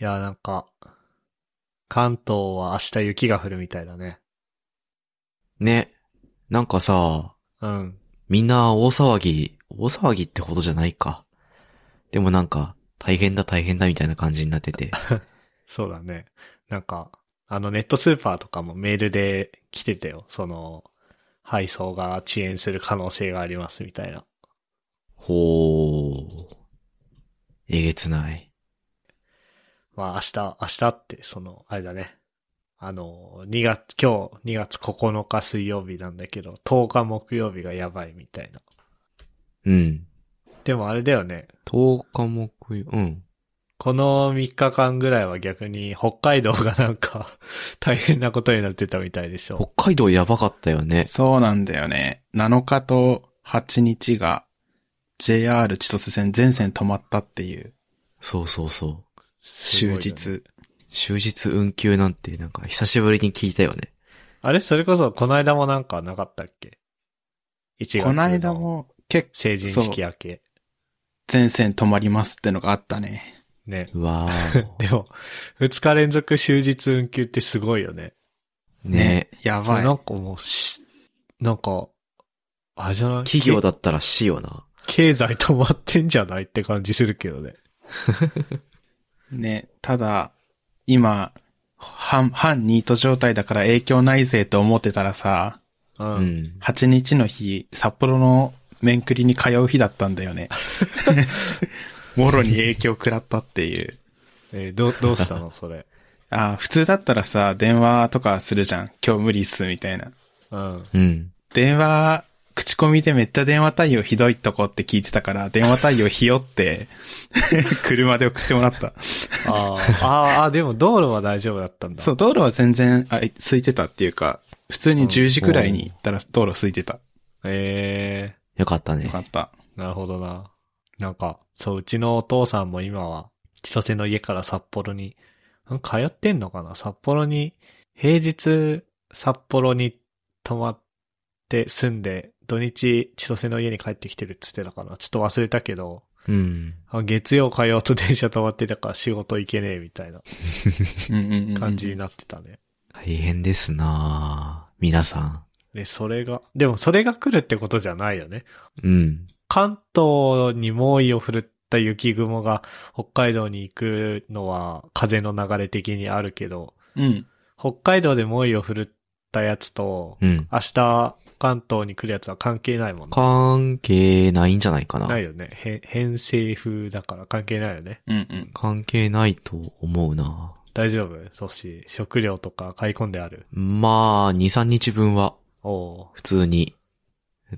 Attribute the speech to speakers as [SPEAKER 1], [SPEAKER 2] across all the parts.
[SPEAKER 1] いや、なんか、関東は明日雪が降るみたいだね。
[SPEAKER 2] ね。なんかさ、
[SPEAKER 1] うん。
[SPEAKER 2] みんな大騒ぎ、大騒ぎってほどじゃないか。でもなんか、大変だ大変だみたいな感じになって て。
[SPEAKER 1] そうだね。なんか、あのネットスーパーとかもメールで来てたよ。その、配送が遅延する可能性がありますみたいな。
[SPEAKER 2] ほー。えげつない。
[SPEAKER 1] まあ明日、明日って、その、あれだね。あの、2月、今日2月9日水曜日なんだけど、10日木曜日がやばいみたいな。
[SPEAKER 2] うん。
[SPEAKER 1] でもあれだよね。
[SPEAKER 2] 10日木曜、うん。
[SPEAKER 1] この3日間ぐらいは逆に北海道がなんか 大変なことになってたみたいでし
[SPEAKER 2] 北
[SPEAKER 1] ょ。
[SPEAKER 2] 海道やばかったよね。
[SPEAKER 3] そうなんだよね。7日と8日が JR 千歳線全線止まったっていう
[SPEAKER 2] そうそうそう。
[SPEAKER 1] すごい
[SPEAKER 3] 終
[SPEAKER 1] よね
[SPEAKER 3] 日。
[SPEAKER 2] 終日運休なんてなんか久しぶりに聞いたよね。
[SPEAKER 1] あれそれこそこの間もなんかなかったっけ ?1 月の。
[SPEAKER 3] こないだ。も結構
[SPEAKER 1] 成人式明け。
[SPEAKER 3] 全線止まりますってのがあったね。
[SPEAKER 1] ね。。
[SPEAKER 2] うわ ー
[SPEAKER 1] でも、2日連続終日運休ってすごいよね。
[SPEAKER 2] ね。
[SPEAKER 3] や
[SPEAKER 1] そ
[SPEAKER 3] ば
[SPEAKER 1] れ
[SPEAKER 3] い。
[SPEAKER 1] なんかもうし、なんか、あれじゃない
[SPEAKER 2] 企業
[SPEAKER 1] け
[SPEAKER 2] だったら死よな。
[SPEAKER 1] 経済止まってんじゃないって感じするけどね。
[SPEAKER 3] ね、ただ、今、半、半ニート状態だから影響ないぜと思ってたらさ、
[SPEAKER 1] う。
[SPEAKER 2] うんん。
[SPEAKER 3] 8日の日、札幌の面繰りに通う日だったんだ よね。 もろに影響食らったっていう。
[SPEAKER 1] えーどう、どうしたのそれ。
[SPEAKER 3] あー普通だったらさ、電話とかするじゃん。今日無理っす、みたいな。
[SPEAKER 1] うん。
[SPEAKER 2] うん。
[SPEAKER 3] 電話、口コミでめっちゃ電話対応ひどいとこって聞いてたから、電話対応ひよって、 車で送ってもらった。
[SPEAKER 1] あーあー、あーでも道路は大丈夫だったんだ。
[SPEAKER 3] そう、道路は全然、あ、空いてたっていうか、普通に10時くらいに行ったら道路空いてた。
[SPEAKER 1] え
[SPEAKER 2] よかったね
[SPEAKER 3] よ。かった。
[SPEAKER 1] ー、なるほどな。なんか、そう、うちのお父さんも今は、千歳の家から札幌に、ん通ってんのかな札幌に、平日、札幌に泊まって住んで、土日、千歳の家に帰ってきてるっつってたから、ちょっと忘れたけど、
[SPEAKER 2] うん。
[SPEAKER 1] あ月曜火曜と電車止まってたから仕事行けねえみたいな
[SPEAKER 3] うんうんうんうん
[SPEAKER 1] 感じになってたね。
[SPEAKER 2] 大変ですなぁ皆さ
[SPEAKER 1] で、それが、でもそれが来るってことじゃないよね。
[SPEAKER 2] ん。うん。
[SPEAKER 1] 関東に猛威を振るった雪雲が北海道に行くのは風の流れ的にあるけど、
[SPEAKER 3] うん。
[SPEAKER 1] 北海道で猛威を振るったやつと、
[SPEAKER 2] うん。
[SPEAKER 1] 明日関東に来るやつは関係ないもんね。
[SPEAKER 2] 関係ないんじゃないかな。
[SPEAKER 1] ないよね。へ偏西風だから関係ないよね。
[SPEAKER 3] うんうん。
[SPEAKER 2] 関係ないと思うな
[SPEAKER 1] 大丈夫そうし、食料とか買い込んである。
[SPEAKER 2] まあ、2、3日分は
[SPEAKER 1] おう
[SPEAKER 2] 普通に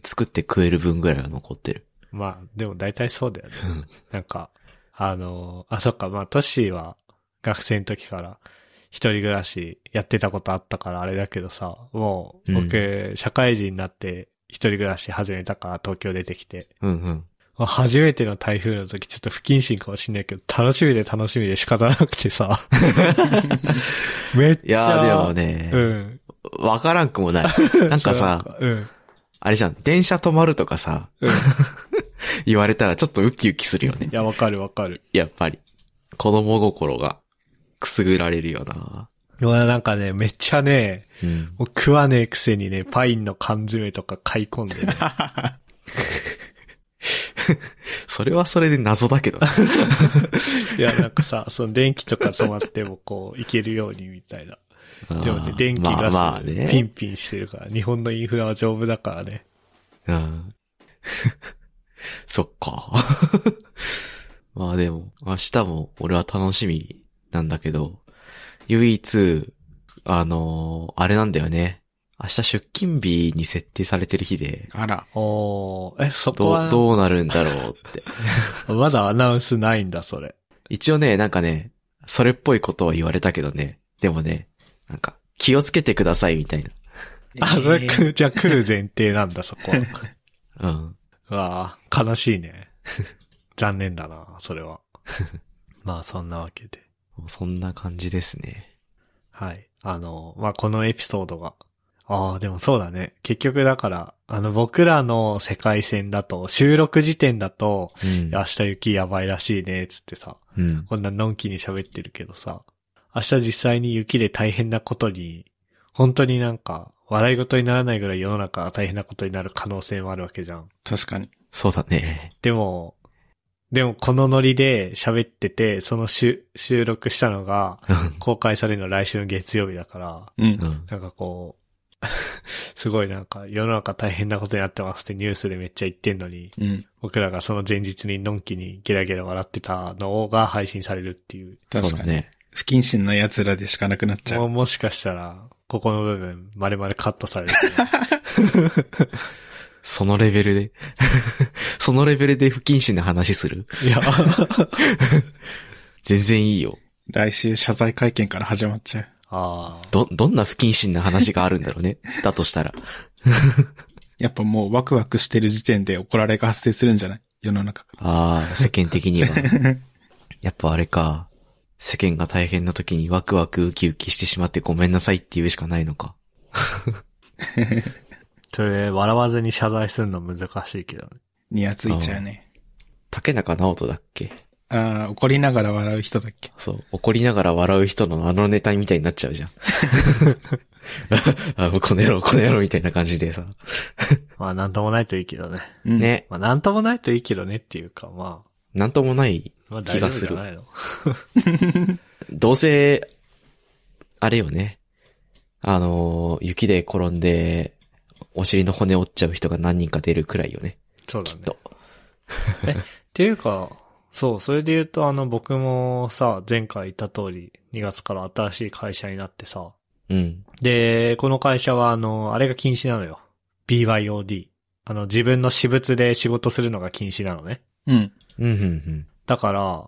[SPEAKER 2] 作って食える分ぐらいは残ってる。
[SPEAKER 1] まあ、でも大体そうだよね
[SPEAKER 2] うん。
[SPEAKER 1] なんか、あのーあ、そっか、まあ、トッシーは学生の時から一人暮らしやってたことあったからあれだけどさ、もう僕、社会人になって一人暮らし始めたから東京出てきて、
[SPEAKER 2] うんうん。
[SPEAKER 1] まあ初めての台風の時ちょっと不謹慎かもしんないけど、楽しみで楽しみで仕方なくてさ、めっ
[SPEAKER 2] い
[SPEAKER 1] ちゃ、
[SPEAKER 2] やーでもね、
[SPEAKER 1] うん。
[SPEAKER 2] わからんく もない。なんかさ、
[SPEAKER 1] うん。
[SPEAKER 2] あれじゃん、電車止まるとかさ、
[SPEAKER 1] うん。い
[SPEAKER 2] 言われたらちょっとウキウキするよね。
[SPEAKER 1] や、わかるわかる。
[SPEAKER 2] やっぱり。子供心がくすぐられるよな
[SPEAKER 1] うわなんかね、めっちゃね、
[SPEAKER 2] うん。
[SPEAKER 1] もう食わねえくせにね、パインの缶詰とか買い込んで ね。
[SPEAKER 2] それはそれで謎だけどね。
[SPEAKER 1] いや、なんかさ、その電気とか止まってもこう、いけるようにみたいな。でも
[SPEAKER 2] あ
[SPEAKER 1] ね
[SPEAKER 2] ー、
[SPEAKER 1] 電気
[SPEAKER 2] ま
[SPEAKER 1] が
[SPEAKER 2] あま
[SPEAKER 1] さ
[SPEAKER 2] あ
[SPEAKER 1] ピ
[SPEAKER 2] ね。
[SPEAKER 1] ンピンしてるから、日本のインフラは丈夫だからね。
[SPEAKER 2] うん。 そっか。 まあでも、明日も俺は楽しみなんだけど、唯一、あのーあれなんだよね。明日出勤日に設定されてる日で、
[SPEAKER 3] あら。
[SPEAKER 1] おー、え、そこ
[SPEAKER 2] どう、
[SPEAKER 1] は、
[SPEAKER 2] どうなるんだろう って。
[SPEAKER 1] まだアナウンスないんだ、それ。
[SPEAKER 2] 一応ね、なんかね、それっぽいことは言われたけどね。でもね、なんか、気をつけてくださいみたいな。
[SPEAKER 1] あ、それ、くじゃあ来る前提なんだ、そこは。
[SPEAKER 2] うん。
[SPEAKER 1] うわあ悲しいね。残念だな、それ は。まあ、そんなわけで。
[SPEAKER 2] そんな感じですね。
[SPEAKER 1] はい。あの、まあ、このエピソードがああ、でもそうだね。結局だから、あの、僕らの世界線だと、収録時点だと、
[SPEAKER 2] うん。
[SPEAKER 1] 明日雪やばいらしいね、つってさ、
[SPEAKER 2] うん。
[SPEAKER 1] こんなのんきに喋ってるけどさ、明日実際に雪で大変なことに、本当になんか、笑い事にならないぐらい世の中は大変なことになる可能性もあるわけじゃん。
[SPEAKER 3] 確かに。
[SPEAKER 2] そうだね。
[SPEAKER 1] でも、でもこのノリで喋ってて、その収収録したのが
[SPEAKER 2] うん
[SPEAKER 1] 公開されるの来週の月曜日だから、
[SPEAKER 3] うん
[SPEAKER 2] う。ん。
[SPEAKER 1] なんかこう、 すごいなんか世の中大変なことになってますってニュースでめっちゃ言ってんのに、
[SPEAKER 3] うん。
[SPEAKER 1] 僕らがその前日にのんきにゲラゲラ笑ってたのが配信されるっていう。
[SPEAKER 3] 確
[SPEAKER 2] そうだ
[SPEAKER 3] かに。
[SPEAKER 2] ね。
[SPEAKER 3] 不謹慎な奴らでしかなくなっちゃ
[SPEAKER 1] もう
[SPEAKER 3] う。
[SPEAKER 1] もしかしたら、ここの部分、まるまるカットされる。
[SPEAKER 2] そのレベルで。 そのレベルで不謹慎な話する
[SPEAKER 1] いや、
[SPEAKER 2] 全然いいよ。
[SPEAKER 3] 来週謝罪会見から始まっちゃう。
[SPEAKER 1] ああ。
[SPEAKER 2] ど、どんな不謹慎な話があるんだろうね。 だとしたら。
[SPEAKER 3] やっぱもうワクワクしてる時点で怒られが発生するんじゃない世の中か
[SPEAKER 2] ああ、世間的には。
[SPEAKER 3] ら。
[SPEAKER 2] やっぱあれか。世間が大変な時にワクワクウキウキしてしまってごめんなさいって言うしかないのか。
[SPEAKER 1] それ、笑わずに謝罪するの難しいけどね。
[SPEAKER 3] にやついちゃうね。
[SPEAKER 2] 竹中直人だっけ
[SPEAKER 3] ああ、怒りながら笑う人だっけ。
[SPEAKER 2] そう。怒りながら笑う人のあのネタみたいになっちゃうじゃん。 あ、もうこの野郎、この野郎みたいな感じでさ。
[SPEAKER 1] まあ、なんともないといいけどね。
[SPEAKER 3] うん。
[SPEAKER 2] ね。
[SPEAKER 1] まあ、なんともないといいけどねっていうか、ま
[SPEAKER 2] なんともない
[SPEAKER 1] あ、まあ、大丈
[SPEAKER 2] 気が
[SPEAKER 1] 夫
[SPEAKER 2] す
[SPEAKER 1] じゃ
[SPEAKER 2] る。
[SPEAKER 1] ないの。
[SPEAKER 2] どうせ、あれよね。あのー、雪で転んで、お尻の骨折っちゃう人が何人か出るくらいよね。
[SPEAKER 1] そうだ
[SPEAKER 2] きっ
[SPEAKER 1] ね。
[SPEAKER 2] と。
[SPEAKER 1] っていうか、そう、それで言うと、あの、僕もさ、前回言った通り、2月から新しい会社になってさ、
[SPEAKER 2] うん。
[SPEAKER 1] で、この会社は、あの、あれが禁止なのよ。BYOD。あの、自分の私物で仕事するのが禁止なのね。
[SPEAKER 3] うん。
[SPEAKER 2] うん、うん、うん。
[SPEAKER 1] だから、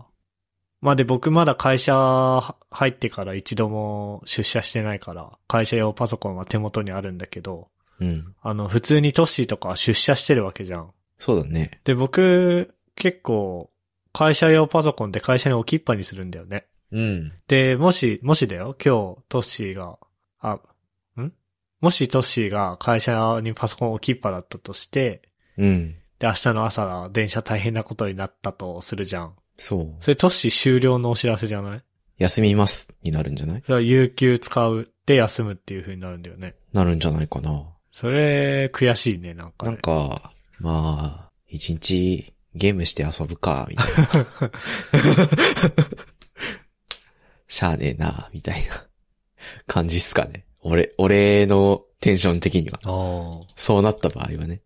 [SPEAKER 1] まあ、で、僕まだ会社は入ってから一度も出社してないから、会社用パソコンは手元にあるんだけど、
[SPEAKER 2] うん。
[SPEAKER 1] あの、普通にトッシーとかは出社してるわけじゃん。
[SPEAKER 2] そうだね。
[SPEAKER 1] で、僕、結構、会社用パソコンって会社に置きっぱにするんだよね。
[SPEAKER 2] うん。
[SPEAKER 1] で、もし、もしだよ、今日、トッシーが、あ、んもしトッシーが会社にパソコン置きっぱだったとして、
[SPEAKER 2] うん。
[SPEAKER 1] で、明日の朝、電車大変なことになったとするじゃん。
[SPEAKER 2] そう。
[SPEAKER 1] それトッシー終了のお知らせじゃない
[SPEAKER 2] 休みますになるんじゃない
[SPEAKER 1] それは有給使うって休むっていう風になるんだよね。
[SPEAKER 2] なるんじゃないかな。
[SPEAKER 1] それ、悔しいね、なんか、ね。
[SPEAKER 2] なんか、まあ、一日ゲームして遊ぶか、みたいな。 しゃあねえな、みたいな感じっすかね。俺、俺のテンション的には。
[SPEAKER 1] あー。
[SPEAKER 2] そうなった場合はね。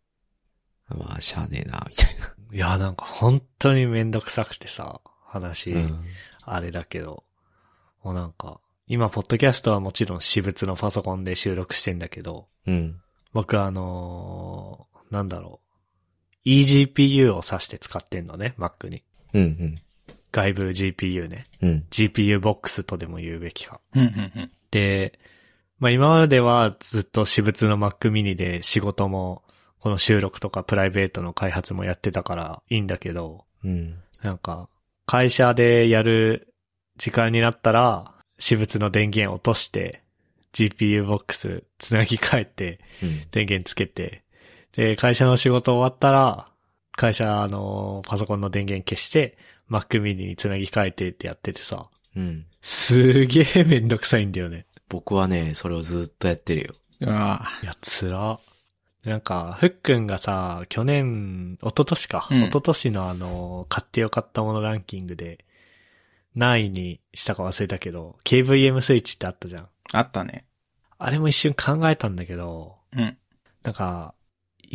[SPEAKER 2] まあ、しゃあねえな、みたい
[SPEAKER 1] いや、なんか本当にめんどくさくてさ、話、
[SPEAKER 2] な。
[SPEAKER 1] あれだけど、もうなんか、今、ポッドキャストはもちろん私物のパソコンで収録してんだけど、
[SPEAKER 2] うん。うん。
[SPEAKER 1] 僕はあのーなんだろう。eGPU を挿して使ってんのね、Mac に。
[SPEAKER 2] うん、
[SPEAKER 1] 外部 GPU ね。
[SPEAKER 2] うん。うん。
[SPEAKER 1] GPU ボックスとでも言うべきか。
[SPEAKER 3] うんうん
[SPEAKER 1] で、まあ今まではずっと私物の Mac mini で仕事も、この収録とかプライベートの開発もやってたからいいんだけど、
[SPEAKER 2] うん。
[SPEAKER 1] なんか、会社でやる時間になったら、私物の電源落として、GPU ボックスつなぎ替えて、
[SPEAKER 2] うん。
[SPEAKER 1] 電源つけて、で、会社の仕事終わったら、会社あの、パソコンの電源消して、Mac mini につなぎ替えてってやっててさ、
[SPEAKER 2] うん。
[SPEAKER 1] すげえめんどくさいんだよね。
[SPEAKER 2] 僕はね、それをずっとやってるよ。
[SPEAKER 3] うん。うわあ
[SPEAKER 1] いや、つら。なんか、ふっくんがさ、去年、一昨年か、
[SPEAKER 3] うん
[SPEAKER 1] 一昨年のあの、買ってよかったものランキングで、何位にしたか忘れたけど、KVM スイッチってあったじゃん。
[SPEAKER 3] あったね。
[SPEAKER 1] あれも一瞬考えたんだけど、
[SPEAKER 3] うん。
[SPEAKER 1] なんか、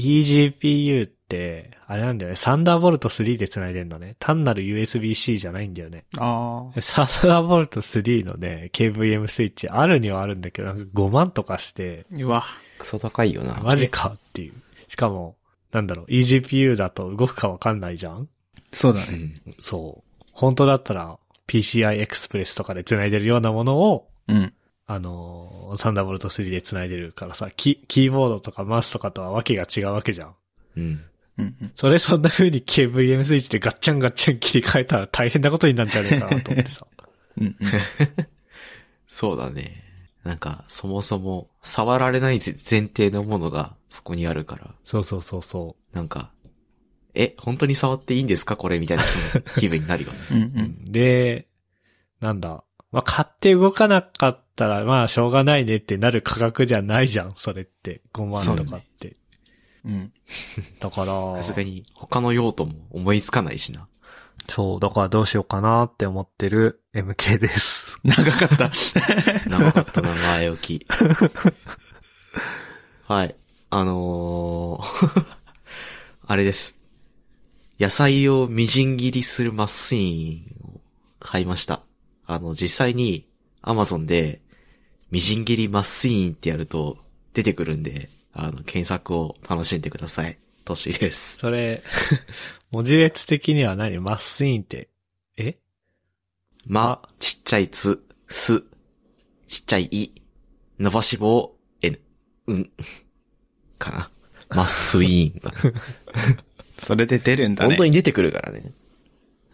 [SPEAKER 1] eGPU って、あれなんだよね、サンダーボルト3で繋いでんのね。単なる USB-C じゃないんだよね。
[SPEAKER 3] ああ。
[SPEAKER 1] サンダーボルト3のね、KVM スイッチあるにはあるんだけど、なんか5万とかして、
[SPEAKER 3] うわ。
[SPEAKER 2] クソ高いよな。
[SPEAKER 1] マジかっていう。しかも、なんだろう、eGPU だと動くかわかんないじゃん
[SPEAKER 3] そうだ
[SPEAKER 2] う
[SPEAKER 3] ね。
[SPEAKER 2] ん。
[SPEAKER 1] そう。本当だったら、PCI Express とかで繋いでるようなものを、
[SPEAKER 3] うん。
[SPEAKER 1] あのーサンダーボルト3で繋いでるからさ、キ、キーボードとかマウスとかとはわけが違うわけじゃん。
[SPEAKER 2] うん。
[SPEAKER 3] うんうん。
[SPEAKER 1] それそんな風に KVM スイッチでガッチャンガッチャン切り替えたら大変なことになっちゃうねえかなと思ってさ。
[SPEAKER 3] うんうん。
[SPEAKER 2] そうだね。なんか、そもそも触られない前前提のものがそこにあるから、
[SPEAKER 1] そうそうそうそ
[SPEAKER 2] なんか、え、本当に触っていいんですかこれみたいな気分気分になるよ ね。
[SPEAKER 3] うんう
[SPEAKER 1] う。
[SPEAKER 3] ん。
[SPEAKER 1] で、なんだ。まあ、買って動かなかったら、まあ、しょうがないねってなる価格じゃないじゃん、それって。5万とかって。
[SPEAKER 3] うん。
[SPEAKER 1] だから、
[SPEAKER 2] さすがに他の用途も思いつかないしな。
[SPEAKER 1] そう、だからどうしようかなって思ってる MK です。
[SPEAKER 3] 長かった。
[SPEAKER 2] 長かったな、前置き。 はい。あのー、 あれです。野菜をみじん切りするマシーンを買いました。あの、実際に Amazon でみじん切りマシーンってやると出てくるんで、あの、検索を楽しんでください。トシです。
[SPEAKER 1] それ、文字列的には何マスインって、え
[SPEAKER 2] ま、ちっちゃいつ、す、ちっちゃいい、伸ばし棒、n、うん、かな。まっすいーんが。
[SPEAKER 3] それで出るんだね。
[SPEAKER 2] 本当に出てくるからね。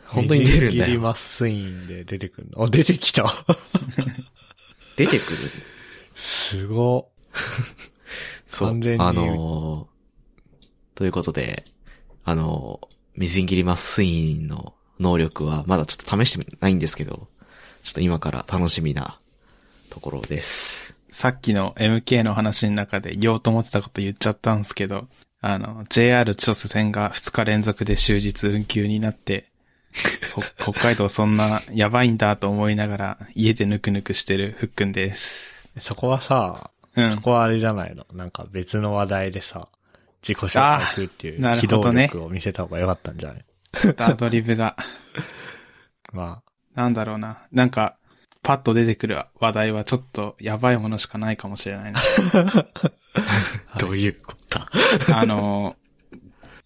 [SPEAKER 2] 本当に出るん
[SPEAKER 1] みじ
[SPEAKER 2] だ
[SPEAKER 1] 切り
[SPEAKER 2] よ。
[SPEAKER 1] マスインで出てくるの。あ、出てきた。
[SPEAKER 2] 出てくる。
[SPEAKER 1] すご。
[SPEAKER 2] そう。
[SPEAKER 1] 完全に
[SPEAKER 2] あのーということで、あのーみじん切りマッスインの能力はまだちょっと試してないんですけど、ちょっと今から楽しみなところです。
[SPEAKER 3] さっきの MK の話の中で言おうと思ってたこと言っちゃったんですけど、あの、JR 千歳線が2日連続で終日運休になって、ほ北海道そんなやばいんだと思いながら家でぬくぬくしてるふっくんです。
[SPEAKER 1] そこはさ、
[SPEAKER 3] う
[SPEAKER 1] そ
[SPEAKER 3] ん。
[SPEAKER 1] こはあれじゃないの。なんか別の話題でさ、自己紹介するってい
[SPEAKER 3] あーな
[SPEAKER 1] う
[SPEAKER 3] る
[SPEAKER 1] 機
[SPEAKER 3] ほ
[SPEAKER 1] 動
[SPEAKER 3] どね
[SPEAKER 1] 力を見せた方が良かったんじゃない、
[SPEAKER 3] スタードリブが、
[SPEAKER 1] まあ、
[SPEAKER 3] なんだろうな。なんか、パッと出てくる話題はちょっとやばいものしかないかもしれないな。
[SPEAKER 2] どういうことだ
[SPEAKER 3] あの、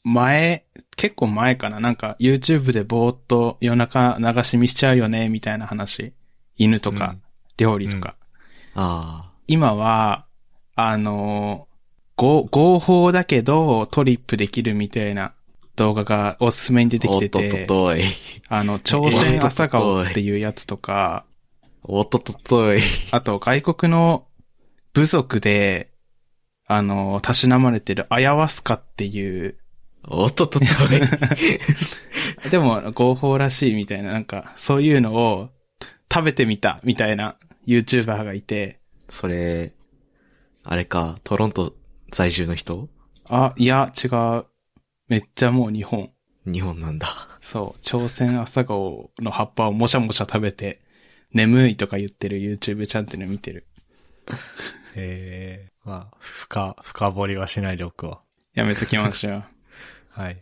[SPEAKER 3] 前、結構前かな、なんか YouTube でぼーっと夜中流し見しちゃうよね、みたいな話。犬とか、
[SPEAKER 1] うん
[SPEAKER 3] 料理とか。
[SPEAKER 2] あ
[SPEAKER 3] 今は、あの、合合法だけどトリップできるみたいな動画がおすすめに出て
[SPEAKER 2] あ。お
[SPEAKER 3] き
[SPEAKER 2] ってとっと
[SPEAKER 3] て、
[SPEAKER 2] とい。
[SPEAKER 3] あの、朝鮮朝顔っていうやつとか、
[SPEAKER 2] おっとっとっとい。
[SPEAKER 3] あと、外国の部族で、あの、たしなまれてるアヤワスカっていう、
[SPEAKER 2] おっとっとっとい。
[SPEAKER 3] でも合法らしいみたいな、なんか、そういうのを食べてみたみたいな YouTuber がいて、
[SPEAKER 2] それ、あれか、トロント在住の人
[SPEAKER 3] あ、いや、違う。めっちゃもう日本。
[SPEAKER 2] 日本なんだ。
[SPEAKER 3] そう、朝鮮朝顔の葉っぱをもしゃもしゃ食べて、眠いとか言ってる YouTube チャンネル見てる。
[SPEAKER 1] えー、まあ、深、深掘りはしないでおくわ。
[SPEAKER 3] やめときましょう。
[SPEAKER 1] はい。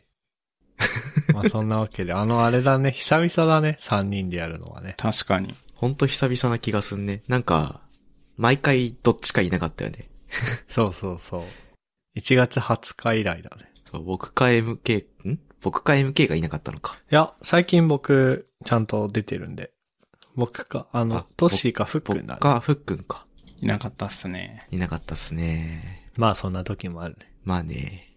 [SPEAKER 1] まあそんなわけで、あのあれだね、久々だね、3人でやるのはね。
[SPEAKER 3] 確かに。
[SPEAKER 2] ほんと久々な気がすんね。なんか、毎回どっちかいなかったよね。
[SPEAKER 1] そうそうそう。1月20日以来だね。
[SPEAKER 2] そう僕か MK、ん僕か MK がいなかったのか。
[SPEAKER 1] いや、最近僕、ちゃんと出てるんで。僕か、あの
[SPEAKER 2] あ、
[SPEAKER 1] トッシーかフック
[SPEAKER 2] 僕
[SPEAKER 1] ンだね。
[SPEAKER 2] か、ふっくんか。
[SPEAKER 3] いなかったっすね。
[SPEAKER 2] いなかったっすね。
[SPEAKER 1] まあそんな時もあるね。
[SPEAKER 2] まあね。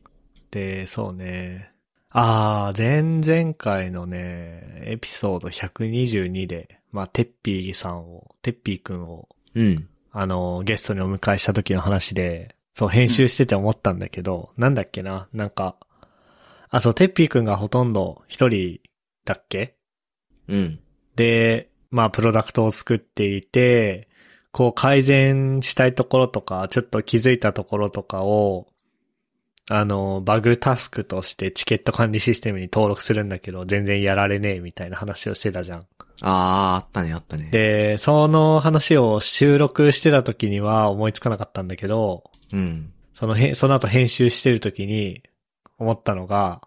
[SPEAKER 1] で、そうね。あー、前々回のね、エピソード122で、まあ、テッピーさんを、テッピーくんを、
[SPEAKER 2] うん。
[SPEAKER 1] あの、ゲストにお迎えした時の話で、そう、編集してて思ったんだけど、なんだっけな、なんか、あ、そう、テッピーくんがほとんど一人だっけ
[SPEAKER 2] うん。
[SPEAKER 1] で、まあ、プロダクトを作っていて、こう、改善したいところとか、ちょっと気づいたところとかを、あの、バグタスクとしてチケット管理システムに登録するんだけど、全然やられねえみたいな話をしてたじゃん。
[SPEAKER 2] あー、あったね、あったね。、
[SPEAKER 1] で、その話を収録してた時には思いつかなかったんだけど、
[SPEAKER 2] うん。
[SPEAKER 1] そのへん、その後編集してる時に思ったのが、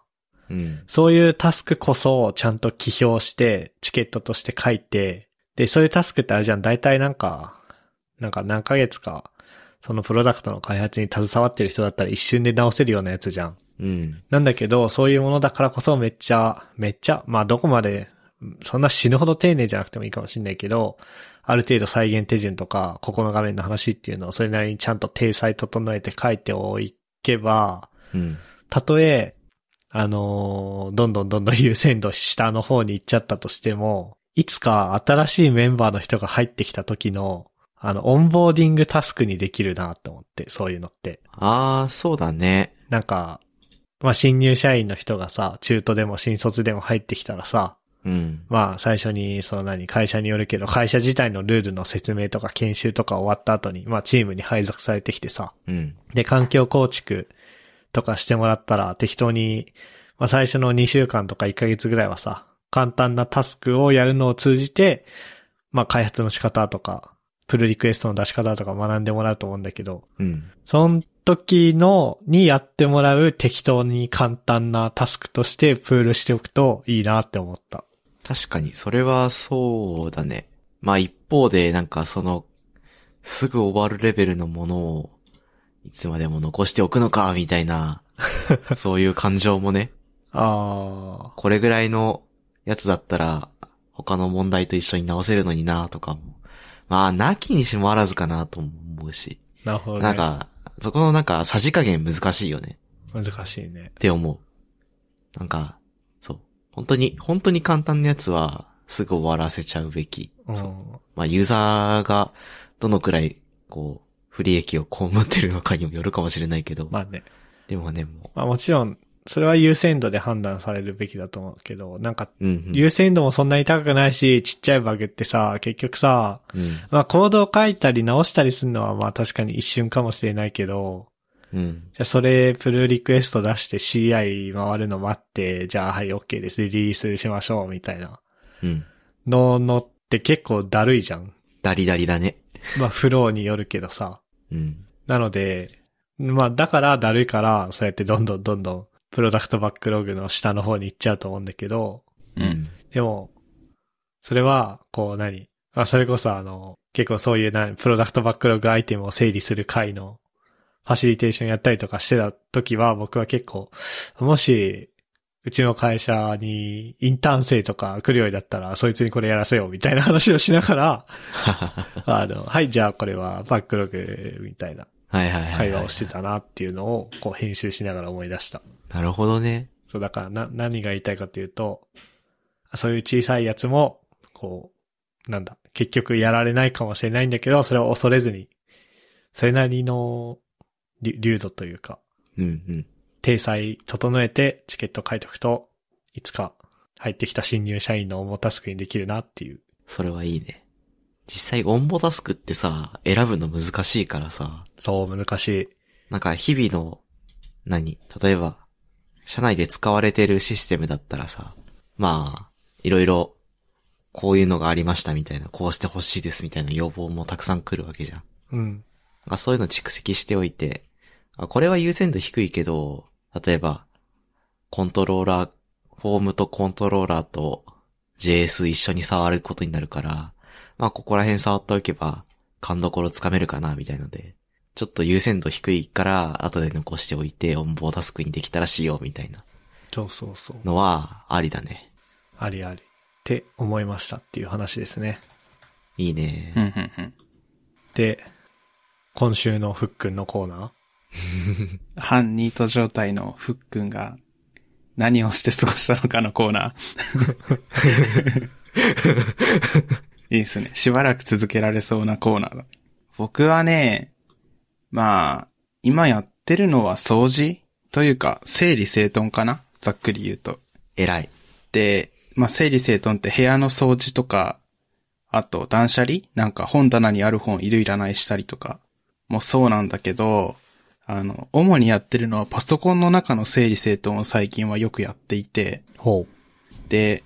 [SPEAKER 2] うん。
[SPEAKER 1] そういうタスクこそちゃんと起表して、チケットとして書いて、で、そういうタスクってあれじゃん、大体なんか、なんか何ヶ月か、そのプロダクトの開発に携わってる人だったら一瞬で直せるようなやつじゃん。
[SPEAKER 2] うん。
[SPEAKER 1] なんだけど、そういうものだからこそめっちゃ、めっちゃ、まあどこまで、そんな死ぬほど丁寧じゃなくてもいいかもしんないけど、ある程度再現手順とか、ここの画面の話っていうのをそれなりにちゃんと体裁整えて書いておけば、
[SPEAKER 2] うん。
[SPEAKER 1] たとえ、あのーどんどんどんどん優先度下の方に行っちゃったとしても、いつか新しいメンバーの人が入ってきた時の、あの、オンボーディングタスクにできるなと思って、そういうのって。
[SPEAKER 2] ああ、そうだね。
[SPEAKER 1] なんか、まあ、新入社員の人がさ、中途でも新卒でも入ってきたらさ、
[SPEAKER 2] うん。
[SPEAKER 1] まあ、最初に、その何、会社によるけど、会社自体のルールの説明とか研修とか終わった後に、まあ、チームに配属されてきてさ、
[SPEAKER 2] うん。
[SPEAKER 1] で、環境構築とかしてもらったら、適当に、まあ、最初の2週間とか1ヶ月ぐらいはさ、簡単なタスクをやるのを通じて、まあ、開発の仕方とか、プルリクエストの出し方とか学んでもらうと思うんだけど、
[SPEAKER 2] うん。
[SPEAKER 1] その時の、にやってもらう適当に簡単なタスクとしてプールしておくといいなって思った。
[SPEAKER 2] 確かに、それはそうだね。まあ一方で、なんかその、すぐ終わるレベルのものを、いつまでも残しておくのか、みた いな、そういう感情もね、
[SPEAKER 1] あ
[SPEAKER 2] これぐらいのやつだったら、他の問題と一緒に直せるのにな、とかも。まあ、なきにしもあらずかな、とも思うし。
[SPEAKER 1] ー、なるほどね。
[SPEAKER 2] なんか、そこのなんか、さじ加減難しいよね。
[SPEAKER 1] 難しいね
[SPEAKER 2] っ。て思う。なんか、そう。本当に、本当に簡単なやつは、すぐ終わらせちゃうべき。
[SPEAKER 1] うん。
[SPEAKER 2] そうまあ、ユーザーが、どのくらい、こう、不利益を被ってるのかにもよるかもしれないけど。
[SPEAKER 1] まあね。
[SPEAKER 2] でもね、も
[SPEAKER 1] まあもちろん、それは優先度で判断されるべきだと思うけど、なんか、
[SPEAKER 2] う。うん、うん。
[SPEAKER 1] 優先度もそんなに高くないし、ちっちゃいバグってさ、結局さ、
[SPEAKER 2] うん。
[SPEAKER 1] まあコードを書いたり直したりするのはまあ確かに一瞬かもしれないけど、
[SPEAKER 2] うん。
[SPEAKER 1] じゃあそれ、プルリクエスト出して CI 回るの待って、じゃあはい OK です、リリースしましょう、みたいな。
[SPEAKER 2] うん。
[SPEAKER 1] ののって結構だるいじゃん。
[SPEAKER 2] ダリダリだね。
[SPEAKER 1] まあフローによるけどさ。
[SPEAKER 2] うん。
[SPEAKER 1] なので、まあだからだるいから、そうやってどんどんどんどん、プロダクトバックログの下の方に行っちゃうと思うんだけど、
[SPEAKER 3] う。。
[SPEAKER 2] うん
[SPEAKER 1] でも、それは、こう何あ、それこそあの、結構そういう何、プロダクトバックログアイテムを整理する回のファシリテーションやったりとかしてた時は、僕は結構、もし、うちの会社にインターン生とか来るようだったら、そいつにこれやらせよ、みたいな話をしながら、
[SPEAKER 2] は
[SPEAKER 1] あの、はい、じゃあこれはバックログ、みたいない
[SPEAKER 2] はいはいはい。
[SPEAKER 1] 会話をしてたなっていうのを、こう編集しながら思い出した。
[SPEAKER 2] なるほどね。
[SPEAKER 1] そう、だからな、何が言いたいかというと、そういう小さいやつも、こう、なんだ、結局やられないかもしれないんだけど、それを恐れずに、それなりの、り流度というか、
[SPEAKER 2] うんうん。
[SPEAKER 1] 体裁整えてチケット書いとくと、いつか入ってきた新入社員の重タスクにできるなっていう。
[SPEAKER 2] それはいいね。実際、オンボタスクってさ、選ぶの難しいからさ、
[SPEAKER 1] そう、難しい。
[SPEAKER 2] なんか日々の、何例えば、社内で使われてるシステムだったらさ、まあ、いろいろ、こういうのがありましたみたいな、こうしてほしいですみたいな要望もたくさん来るわけじゃん。
[SPEAKER 1] うん。
[SPEAKER 2] なんかそういうの蓄積しておいて、あこれは優先度低いけど、例えば、コントローラー、フォームとコントローラーと JS 一緒に触ることになるから、まあここら辺触っておけば、勘どころつかめるかな、みたいので、ちょっと優先度低いから、後で残しておいて、オンボータスクにできたらしよう、みたいな
[SPEAKER 1] そうそうそう。
[SPEAKER 2] のは、ありだね。
[SPEAKER 1] ありあり。って思いましたっていう話ですね。
[SPEAKER 2] いいね。
[SPEAKER 3] うん。うん。
[SPEAKER 1] で、今週のふっくんのコーナー
[SPEAKER 3] 半ニート状態のふっくんが何をして過ごしたのかのコーナー。いいですね。しばらく続けられそうなコーナーだ。僕はね、まあ、今やってるのは掃除というか、整理整頓かなざっくり言うと。
[SPEAKER 2] 偉い。
[SPEAKER 3] で、まあ、整理整頓って部屋の掃除とか、あと断捨離なんか本棚にある本いるいらないしたりとかもそうなんだけど、あの、主にやってるのはパソコンの中の整理整頓を最近はよくやっていて、
[SPEAKER 1] ほ
[SPEAKER 3] で、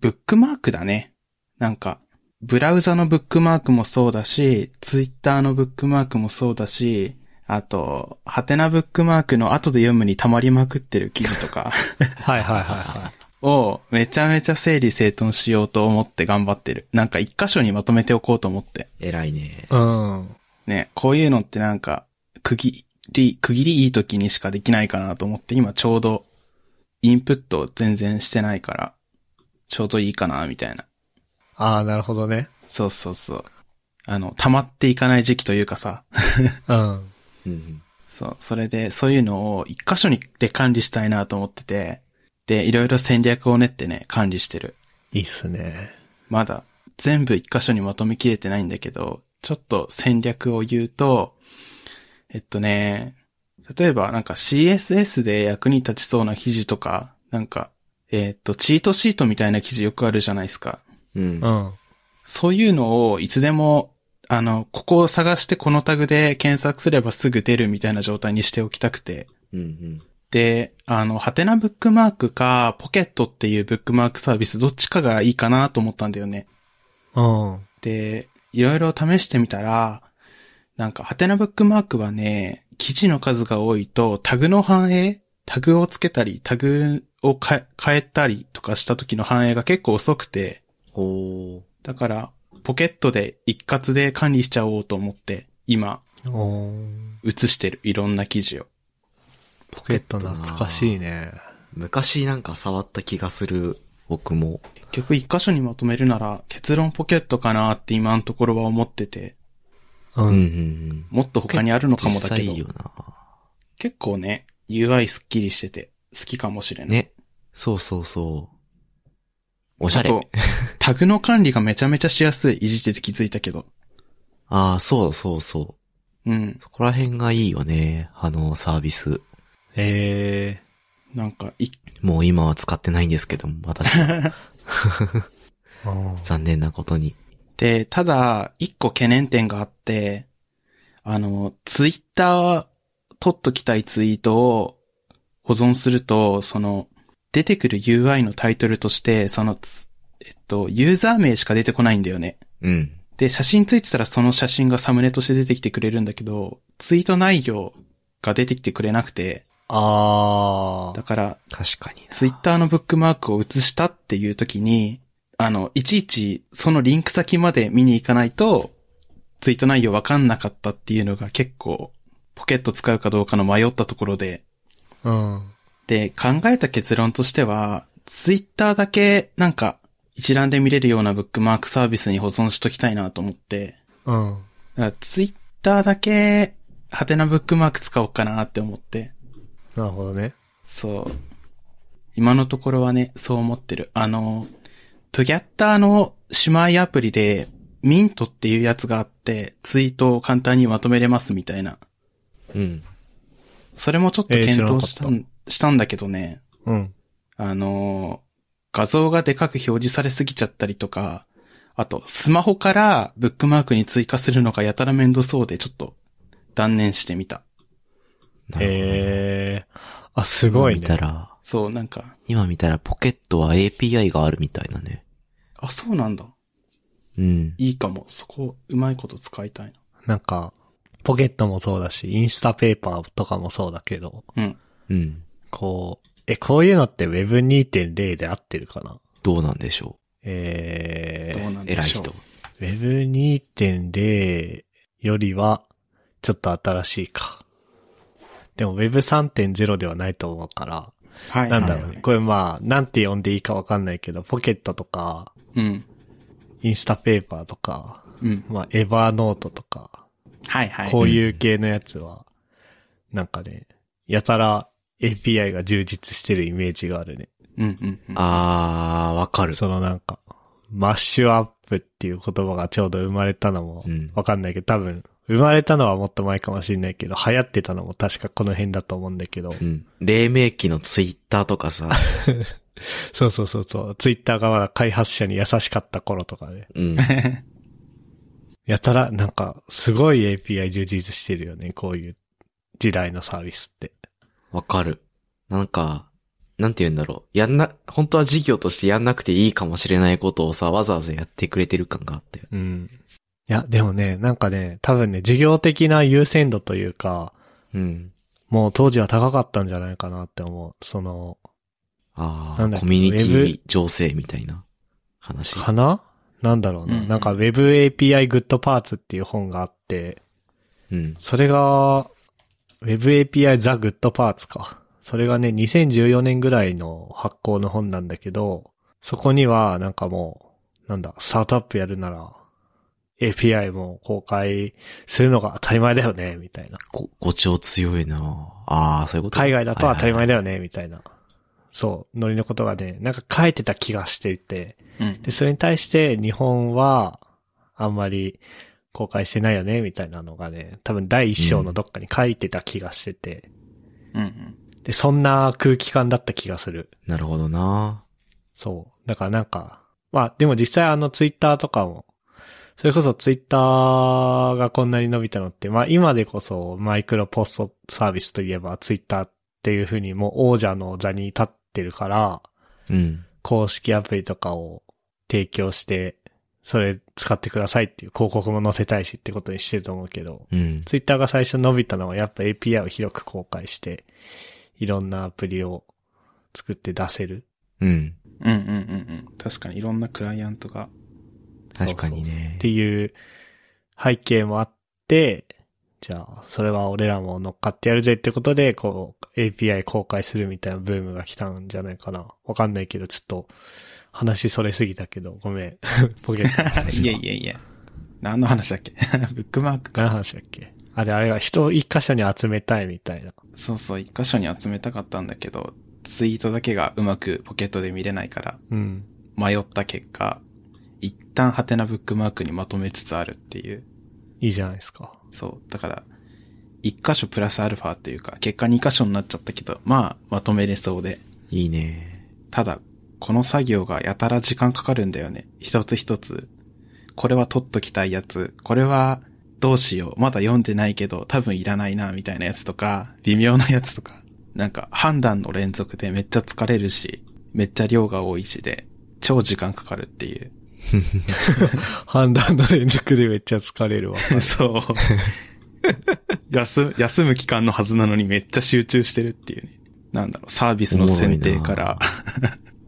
[SPEAKER 3] ブックマークだね。なんか、ブラウザのブックマークもそうだし、ツイッターのブックマークもそうだし、あと、ハテナブックマークの後で読むに溜まりまくってる記事とか。
[SPEAKER 1] う。はいはいはいはい。
[SPEAKER 3] をめちゃめちゃ整理整頓しようと思って頑張ってる。なんか一箇所にまとめておこうと思って。
[SPEAKER 2] 偉いね。
[SPEAKER 1] うん。
[SPEAKER 3] ね、こういうのってなんか、区切り、区切りいい時にしかできないかなと思って、今ちょうどインプットを全然してないから、ちょうどいいかな、みたいな。
[SPEAKER 1] ああ、なるほどね。
[SPEAKER 3] そうそうそう。あの、溜まっていかない時期というかさ、
[SPEAKER 1] うん。
[SPEAKER 2] うん
[SPEAKER 3] そう、それで、そういうのを一箇所にで管理したいなと思ってて、で、いろいろ戦略を練ってね、管理してる。
[SPEAKER 1] いいっすね。
[SPEAKER 3] まだ全部一箇所にまとめきれてないんだけど、ちょっと戦略を言うと、えっとね、例えばなんか CSS で役に立ちそうな記事とか、なんか、えっと、チートシートみたいな記事よくあるじゃないですか。
[SPEAKER 2] うん
[SPEAKER 1] う。ん。
[SPEAKER 3] そういうのをいつでも、あの、ここを探してこのタグで検索すればすぐ出るみたいな状態にしておきたくて。
[SPEAKER 2] うん。
[SPEAKER 3] で、あの、ハテナブックマークか、ポケットっていうブックマークサービスどっちかがいいかなと思ったんだよね。
[SPEAKER 1] うん。
[SPEAKER 3] で、いろいろ試してみたら、なんか、ハテナブックマークはね、記事の数が多いと、タグの反映タグをつけたり、タグをか変えたりとかした時の反映が結構遅くて、
[SPEAKER 2] ほ
[SPEAKER 3] だから、ポケットで一括で管理しちゃおうと思って、今、
[SPEAKER 1] お
[SPEAKER 3] 移してる。いろんな記事を。
[SPEAKER 1] ポケット懐かしいね。
[SPEAKER 2] う。昔なんか触った気がする、僕も。
[SPEAKER 3] 結局一箇所にまとめるなら、結論ポケットかなって今のところは思ってて、
[SPEAKER 1] う。
[SPEAKER 2] うんうんん。
[SPEAKER 3] もっと他にあるのかも
[SPEAKER 2] 実
[SPEAKER 3] だけ
[SPEAKER 2] 際いい
[SPEAKER 3] ど
[SPEAKER 2] よ、な。
[SPEAKER 3] 結構ね、UI スッキリしてて、好きかもしれない。
[SPEAKER 2] ね。そうそうそう。おしゃれ
[SPEAKER 3] あ。とタグの管理がめちゃめちゃしやすい。いじってて気づいたけど。
[SPEAKER 2] ああ、そうそうそ
[SPEAKER 3] うん
[SPEAKER 2] う。。そこら辺がいいよね。あの、サービス。
[SPEAKER 1] え
[SPEAKER 3] なんか、 い、
[SPEAKER 2] もう今は使ってないんですけども、私 は
[SPEAKER 1] ー。うん
[SPEAKER 2] 残念なことに。
[SPEAKER 3] で、ただ、一個懸念点があって、あの、ツイッター、取っときたいツイートを保存すると、その、出てくる UI のタイトルとして、そのつ、えっと、ユーザー名しか出てこないんだよね。
[SPEAKER 2] うん。
[SPEAKER 3] で、写真ついてたらその写真がサムネとして出てきてくれるんだけど、ツイート内容が出てきてくれなくて、
[SPEAKER 1] あ
[SPEAKER 3] だから、
[SPEAKER 2] 確かにな。
[SPEAKER 3] ツイッターのブックマークを移したっていう時に、あの、いちいちそのリンク先まで見に行かないと、ツイート内容わかんなかったっていうのが結構、ポケット使うかどうかの迷ったところで、
[SPEAKER 1] ー。うん。
[SPEAKER 3] で、考えた結論としては、ツイッターだけなんか一覧で見れるようなブックマークサービスに保存しときたいなと思って、
[SPEAKER 1] うん。
[SPEAKER 3] だからツイッターだけ、ハテナブックマーク使おうかなって思って、
[SPEAKER 1] なるほどね。
[SPEAKER 3] そう。今のところはね、そう思ってる。あの、トギャッターの姉妹アプリで、ミントっていうやつがあって、ツイートを簡単にまとめれますみたいな。
[SPEAKER 2] うん。
[SPEAKER 3] それもちょっと検討したん、
[SPEAKER 1] えー知らな
[SPEAKER 3] したんだけどね、
[SPEAKER 1] うん。
[SPEAKER 3] あの、画像がでかく表示されすぎちゃったりとか、あと、スマホからブックマークに追加するのがやたらめんどそうで、ちょっと断念してみた。
[SPEAKER 2] なるほど
[SPEAKER 1] えー。あ、すごい
[SPEAKER 2] 今見た
[SPEAKER 1] ね。
[SPEAKER 2] ら、
[SPEAKER 3] そう、なんか、
[SPEAKER 2] 今見たらポケットは API があるみたいだね。
[SPEAKER 3] あ、そうなんだ。
[SPEAKER 2] うん。
[SPEAKER 3] いいかも。そこ、うまいこと使いたいな。
[SPEAKER 1] なんか、ポケットもそうだし、インスタペーパーとかもそうだけど、
[SPEAKER 3] うん。
[SPEAKER 2] うん。
[SPEAKER 1] こう、え、こういうのって Web2.0 で合ってるかな
[SPEAKER 2] どうなんでしょ
[SPEAKER 1] え
[SPEAKER 3] どう
[SPEAKER 1] ー、
[SPEAKER 3] なん
[SPEAKER 2] う。偉
[SPEAKER 3] で
[SPEAKER 2] い
[SPEAKER 3] しょう。
[SPEAKER 2] 人。
[SPEAKER 1] Web2.0 よりは、ちょっと新しいか。でも Web3.0 ではないと思うから、
[SPEAKER 3] はい。
[SPEAKER 1] なんだろう
[SPEAKER 2] は
[SPEAKER 1] ね。これまあ、なんて呼んでいいかわかんないけど、ポケットとか、
[SPEAKER 3] うん。
[SPEAKER 1] インスタペーパーとか、
[SPEAKER 3] うん。
[SPEAKER 1] まあ、エヴァーノートとか、
[SPEAKER 3] はいはい。
[SPEAKER 1] こういう系のやつは、なんかね、やたら API が充実してるイメージがあるね。
[SPEAKER 3] うんうんうん。
[SPEAKER 2] あー、わかる。
[SPEAKER 1] そのなんか、マッシュアップっていう言葉がちょうど生まれたのも
[SPEAKER 2] う、ん。
[SPEAKER 1] わかんないけど、多分、生まれたのはもっと前かもしれないけど、流行ってたのも確かこの辺だと思うんだけど
[SPEAKER 2] う、ん。黎明期のツイッターとか さ、
[SPEAKER 1] そうそうそうそう、ツイッターがまだ開発者に優しかった頃とかで、
[SPEAKER 2] うん。
[SPEAKER 1] やたら、なんか、すごい API 充実してるよね、こういう時代のサービスって。
[SPEAKER 2] わかる。なんか、なんて言うんだろう。やんな、本当は事業としてやんなくていいかもしれないことをさ、わざわざやってくれてる感があったよ。
[SPEAKER 1] うん。いや、でもね、なんかね、多分ね、事業的な優先度というか、
[SPEAKER 2] うん。
[SPEAKER 1] もう当時は高かったんじゃないかなって思う。その、
[SPEAKER 2] あ
[SPEAKER 1] なん
[SPEAKER 2] あ、
[SPEAKER 1] だっけ
[SPEAKER 2] コミュニテ
[SPEAKER 1] ウェ
[SPEAKER 2] ィ情勢みたいな話。
[SPEAKER 1] かななんだろうな。
[SPEAKER 3] うん
[SPEAKER 1] なんか Web API Good Parts っていう本があって、
[SPEAKER 2] うん。
[SPEAKER 1] それが、Web API The Good Parts か。それがね、2014年ぐらいの発行の本なんだけど、そこにはなんかもう、なんだ、スタートアップやるなら、API も公開するのが当たり前だよね、みたいな。
[SPEAKER 2] ご、ご調強いなああ、そういうこと
[SPEAKER 1] 海外だと当たり前だ
[SPEAKER 2] だ。
[SPEAKER 1] よね、みたいな。そう、ノリのことがね、なんか書いてた気がしていて、
[SPEAKER 3] うん
[SPEAKER 1] で、それに対して日本は、あんまり公開してないよね、みたいなのがね、多分第一章のどっかに書いてた気がしてて、
[SPEAKER 3] うんうん。
[SPEAKER 1] で、そんな空気感だった気がする。
[SPEAKER 2] なるほどな
[SPEAKER 1] そう。だからなんか、まあでも実際あのツイッターとかも、それこそツイッターがこんなに伸びたのって、まあ今でこそマイクロポストサービスといえばツイッターっていう風にもう王者の座に立ってるから、
[SPEAKER 2] うん。
[SPEAKER 1] 公式アプリとかを提供して、それ使ってくださいっていう広告も載せたいしってことにしてると思うけど、
[SPEAKER 2] うん。
[SPEAKER 1] ツイッターが最初伸びたのはやっぱ API を広く公開して、いろんなアプリを作って出せる。
[SPEAKER 2] うん。
[SPEAKER 3] うんうんうんうん。確かにいろんなクライアントが。
[SPEAKER 2] 確かにね
[SPEAKER 1] そうそうそうっていう背景もあって、じゃあ、それは俺らも乗っかってやるぜってことで、こう、API 公開するみたいなブームが来たんじゃないかな。わかんないけど、ちょっと、話それすぎたけど、ごめん。 ポケットの話が
[SPEAKER 3] いえいえいえ。何の話だっけ ブックマークか。
[SPEAKER 1] 何の話だっけあれ、あれが人を一箇所に集めたいみたいな。
[SPEAKER 3] そうそう、一箇所に集めたかったんだけど、ツイートだけがうまくポケットで見れないから、
[SPEAKER 1] うん。
[SPEAKER 3] 迷った結果、一旦ハテナブックマークにまとめつつあるっていう。
[SPEAKER 1] いいじゃないですか。
[SPEAKER 3] そう。だから、一箇所プラスアルファっていうか、結果二箇所になっちゃったけど、まあ、まとめれそうで。
[SPEAKER 2] いいね
[SPEAKER 3] ただ、この作業がやたら時間かかるんだよね。一つ一つ。これは取っときたいやつ。これはどうしよう。まだ読んでないけど、多分いらないな、みたいなやつとか、微妙なやつとか。なんか、判断の連続でめっちゃ疲れるし、めっちゃ量が多いしで、超時間かかるっていう。
[SPEAKER 1] 判断の連続でめっちゃ疲れるわ。
[SPEAKER 3] そう。休、休む期間のはずなのにめっちゃ集中してるっていうね。なんだろう、サービスの選定から、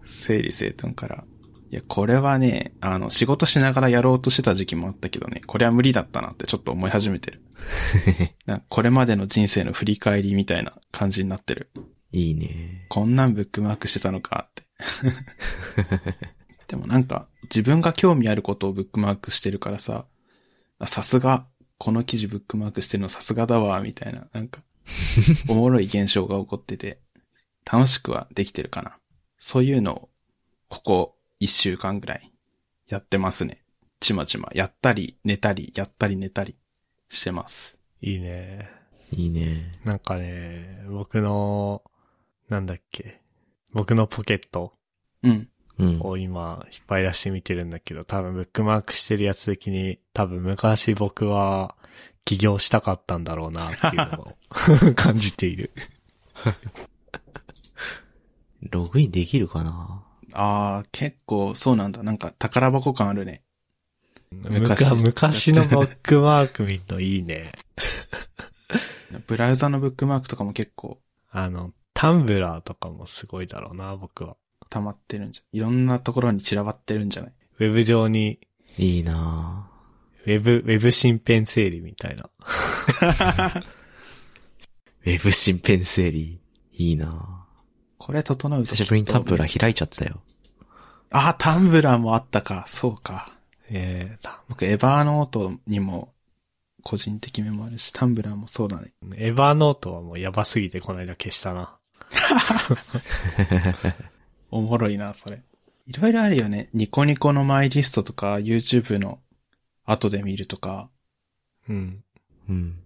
[SPEAKER 3] 整理整頓から。いや、これはね、あの、仕事しながらやろうとしてた時期もあったけどね、これは無理だったなってちょっと思い始めてる。なんかこれまでの人生の振り返りみたいな感じになってる。
[SPEAKER 2] いいね
[SPEAKER 3] こんなんブックマークしてたのかって。 でもなんか、自分が興味あることをブックマークしてるからさ、あさすが、この記事ブックマークしてるのさすがだわ、みたいな、なんか、おもろい現象が起こってて、楽しくはできてるかな。そういうのを、ここ一週間ぐらい、やってますね。ちまちま、やったり、寝たり、やったり、寝たり、してます。
[SPEAKER 1] いいね。
[SPEAKER 2] いいね
[SPEAKER 1] なんかね、僕の、なんだっけ。僕のポケット
[SPEAKER 3] うん。
[SPEAKER 2] うん。
[SPEAKER 1] を今、引っ張り出して見てるんだけど、多分ブックマークしてるやつ的に、多分昔僕は、起業したかったんだろうな、っていうのを感じている。
[SPEAKER 2] ログインできるかな
[SPEAKER 3] あー、結構、そうなんだ。なんか、宝箱感あるね。昔
[SPEAKER 1] 昔昔のブックマーク見るのいいね。
[SPEAKER 3] ブラウザのブックマークとかも結構
[SPEAKER 1] あの、タンブラーとかもすごいだろうな、僕は。
[SPEAKER 3] 溜まってるんじゃ、いろんなところに散らばってるんじゃない
[SPEAKER 1] ウェブ上に、
[SPEAKER 2] いいな
[SPEAKER 1] ウェブ、ウェブ身辺整理みたいな。
[SPEAKER 2] ウェブ新編整理。いいな
[SPEAKER 3] これ整うと
[SPEAKER 2] 久しぶりにタンブラ
[SPEAKER 3] きっ
[SPEAKER 2] ー開いちゃったよ。
[SPEAKER 3] とあ、タンブラーもあったか。そうか。
[SPEAKER 1] えー、タ
[SPEAKER 3] 僕、エバーノートにも、個人的面もあるし、タンブラーもそうだね。
[SPEAKER 1] ンエヴァノートはもうやばすぎてこの間消したな。
[SPEAKER 3] おもろいな、それ。いろいろあるよね。ニコニコのマイリストとか、YouTube の後で見るとか、
[SPEAKER 1] うん。
[SPEAKER 2] うん。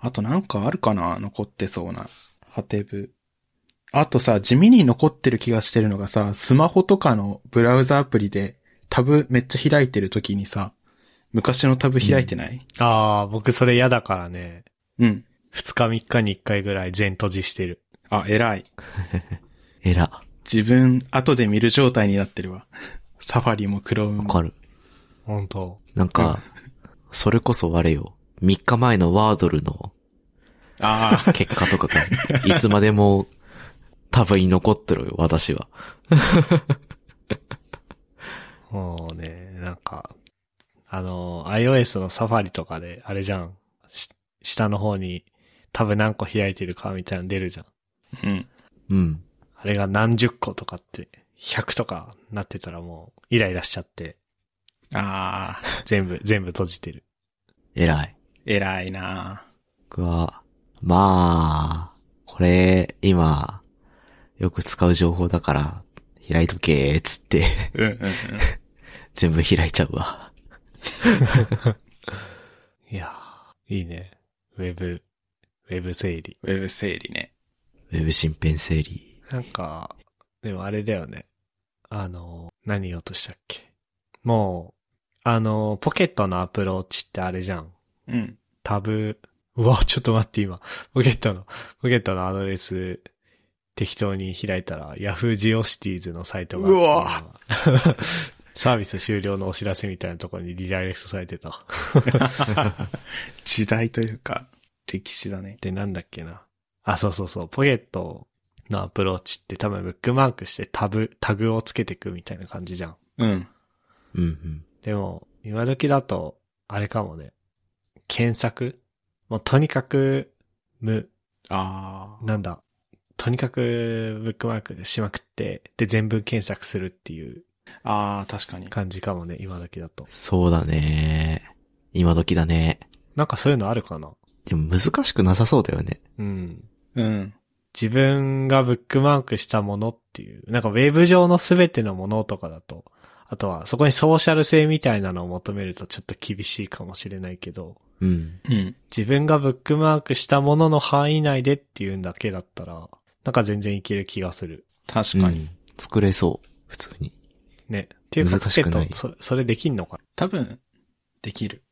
[SPEAKER 3] あとなんかあるかな残ってそうな。ハテブ。あとさ、地味に残ってる気がしてるのがさ、スマホとかのブラウザアプリでタブめっちゃ開いてる時にさ、昔のタブ開いてない、
[SPEAKER 1] ああ、僕それ嫌だからね。
[SPEAKER 3] うん、
[SPEAKER 1] 二日三日に一回ぐらい全閉じしてる。
[SPEAKER 3] あ、偉い。
[SPEAKER 2] えら。
[SPEAKER 3] 自分、後で見る状態になってるわ。 サファリもクローム
[SPEAKER 2] わ
[SPEAKER 3] も。
[SPEAKER 2] かる。
[SPEAKER 1] 本当
[SPEAKER 2] なんか、それこそあれよ。3日前のワードルの
[SPEAKER 3] ああ、
[SPEAKER 2] 結果とかが、いつまでも多分に残ってるよ、私は。
[SPEAKER 1] もうね、なんか、あの、iOS のサファリとかで、あれじゃん。し下の方に、多分何個開いてるかみたいなの出るじゃん。
[SPEAKER 3] うん。
[SPEAKER 2] うん。
[SPEAKER 1] あれが何十個とかって、100とかなってたらもう、イライラしちゃって、
[SPEAKER 3] ああ、
[SPEAKER 1] 全部、全部閉じてる。
[SPEAKER 2] えらい。
[SPEAKER 3] 偉いな
[SPEAKER 2] 僕は、まあ、これ、今、よく使う情報だから、開いとけーっつって、
[SPEAKER 3] うんうんうん。
[SPEAKER 2] 全部開いちゃうわ。
[SPEAKER 1] いやーいいね。ウェブ、ウェブ整理。
[SPEAKER 3] ウェブ整理ね。
[SPEAKER 2] ウェブ身辺整理。
[SPEAKER 1] なんか、でもあれだよね。あの、何言おうとしたっけ。もう、あの、ポケットのアプローチってあれじゃん。
[SPEAKER 3] うん。
[SPEAKER 1] タブ、うわ、ちょっと待って今、ポケットの、ポケットのアドレス、適当に開いたら、Yahoo Geocities のサイトがあって。
[SPEAKER 3] うわ
[SPEAKER 1] 今 サービス終了のお知らせみたいなところにリダイレクトされてた。
[SPEAKER 3] 時代というか、歴史だね。
[SPEAKER 1] で、なんだっけな。あ、そうそうそう。ポケットのアプローチって多分ブックマークしてタブ、タグをつけていくみたいな感じじゃん。
[SPEAKER 3] うん。
[SPEAKER 2] うんうん。
[SPEAKER 1] でも、今時だと、あれかもね。検索もうとにかく、む、
[SPEAKER 3] あ
[SPEAKER 1] なんだ。とにかく、ブックマークしまくって、で、全文検索するっていう
[SPEAKER 3] あ。ああ、確かに。
[SPEAKER 1] 感じかもね、今時だと。
[SPEAKER 2] そうだね。今時だね。
[SPEAKER 1] なんかそういうのあるかな
[SPEAKER 2] でも難しくなさそうだよね。
[SPEAKER 1] うん。
[SPEAKER 3] うん。
[SPEAKER 1] 自分がブックマークしたものっていう、なんかウェブ上のすべてのものとかだと、あとはそこにソーシャル性みたいなのを求めるとちょっと厳しいかもしれないけど、
[SPEAKER 2] うん。
[SPEAKER 3] うん。
[SPEAKER 1] 自分がブックマークしたものの範囲内でっていうんだけだったら、なんか全然いける気がする。
[SPEAKER 3] 確かに。
[SPEAKER 2] うん作れそう。普通に。
[SPEAKER 1] ね。っていうか、
[SPEAKER 2] 難しくない
[SPEAKER 1] ポケットそれ、それできんのか
[SPEAKER 3] 多分、できる。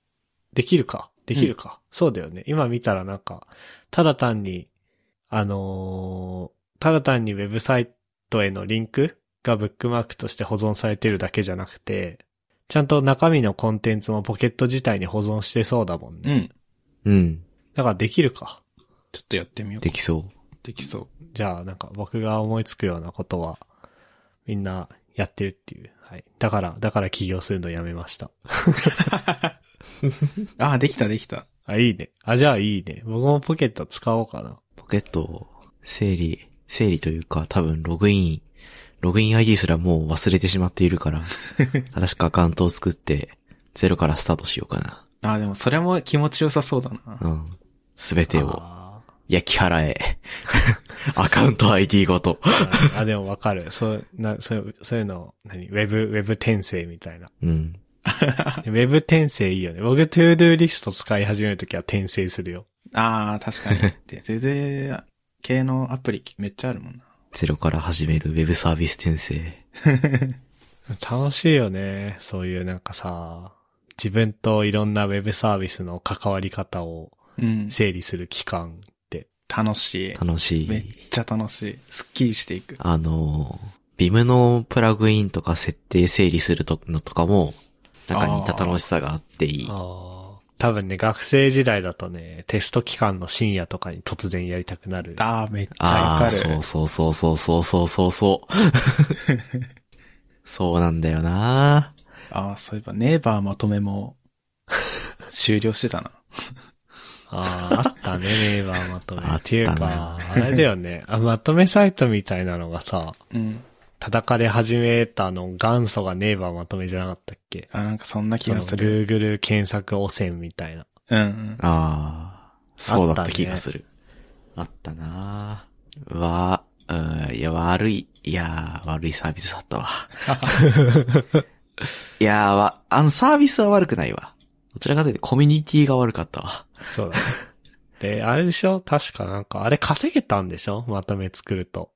[SPEAKER 1] できるかできるか、そうだよね。今見たらなんか、ただ単に、あのーただ単にウェブサイトへのリンクがブックマークとして保存されてるだけじゃなくて、ちゃんと中身のコンテンツもポケット自体に保存してそうだもん
[SPEAKER 3] う
[SPEAKER 1] ね。
[SPEAKER 3] ん。
[SPEAKER 2] うん。
[SPEAKER 1] だからできるか。
[SPEAKER 3] ちょっとやってみよう。
[SPEAKER 2] できそう。
[SPEAKER 3] できそう。
[SPEAKER 1] じゃあなんか僕が思いつくようなことは、みんなやってるっていう。はい。だから、だから起業するのやめました。
[SPEAKER 3] ああ、できたできた。
[SPEAKER 1] あ、いいね。あ、じゃあいいね。僕もポケット使おうかな。
[SPEAKER 2] ポケットを整理、整理というか多分ログイン、ログイン ID すらもう忘れてしまっているから、新しくアカウントを作って、ゼロからスタートしようか
[SPEAKER 3] ああ、でもそれも気持ちよさそうだな。
[SPEAKER 2] な。うん。すべてを
[SPEAKER 1] あー
[SPEAKER 2] 焼き払え。アカウント ID ごと。
[SPEAKER 1] あ、でもわかる。そう、な、そう、そういうの、何ウェブ、ウェブ転生みたいな。
[SPEAKER 2] うん。
[SPEAKER 1] ウェブ転生いいよね。僕、トゥードゥーリスト使い始めるときは転生するよ。
[SPEAKER 3] ああ、確か に。で、全然、系のアプリめっちゃあるもんな。
[SPEAKER 2] ゼロから始めるウェブサービス転生。
[SPEAKER 1] 楽しいよね。そういうなんかさ、自分といろんなウェブサービスの関わり方を
[SPEAKER 3] うん。
[SPEAKER 1] 整理する期間って。
[SPEAKER 3] 楽し
[SPEAKER 2] 楽し
[SPEAKER 3] い。めっ
[SPEAKER 2] い。
[SPEAKER 3] ちゃ楽しい。すっきりしていく。
[SPEAKER 2] あの、ビムのプラグインとか設定整理するとのとかも、なんか似た楽しさがあっていい。
[SPEAKER 1] ああ。多分ね、学生時代だとね、テスト期間の深夜とかに突然やりたくなる。
[SPEAKER 3] ああ、めっちゃわ
[SPEAKER 2] あ
[SPEAKER 3] か
[SPEAKER 2] あ、
[SPEAKER 3] る。
[SPEAKER 2] そうそうそうそうそうそうそうそう。 そうなんだよな
[SPEAKER 3] ああ、そういえば、ネイバーまとめも、 終了してたな。
[SPEAKER 1] ああ、あったね、メーバーまとめ。
[SPEAKER 2] あったな
[SPEAKER 1] っていうか、あれだよね。あ、まとめサイトみたいなのがさ、
[SPEAKER 3] うん。
[SPEAKER 1] 叩かれ始めたの元祖がネイバーまとめじゃなかったっけ
[SPEAKER 3] あ、なんかそんな気がす
[SPEAKER 1] その
[SPEAKER 3] る。
[SPEAKER 1] Google 検索汚染みたいな。
[SPEAKER 3] うんうん。
[SPEAKER 2] ああ、そうだっ
[SPEAKER 1] あったたね
[SPEAKER 2] 気がする。あった,、なーわー、うん、いや、悪い、いやー、悪いサービスだった わ。いやー、わ、あのサービスは悪くないわ。どちらかというとコミュニティが悪かったわ。
[SPEAKER 1] そうだね。 で、あれでしょ確かなんか、あれ稼げたんでしょまとめ作ると。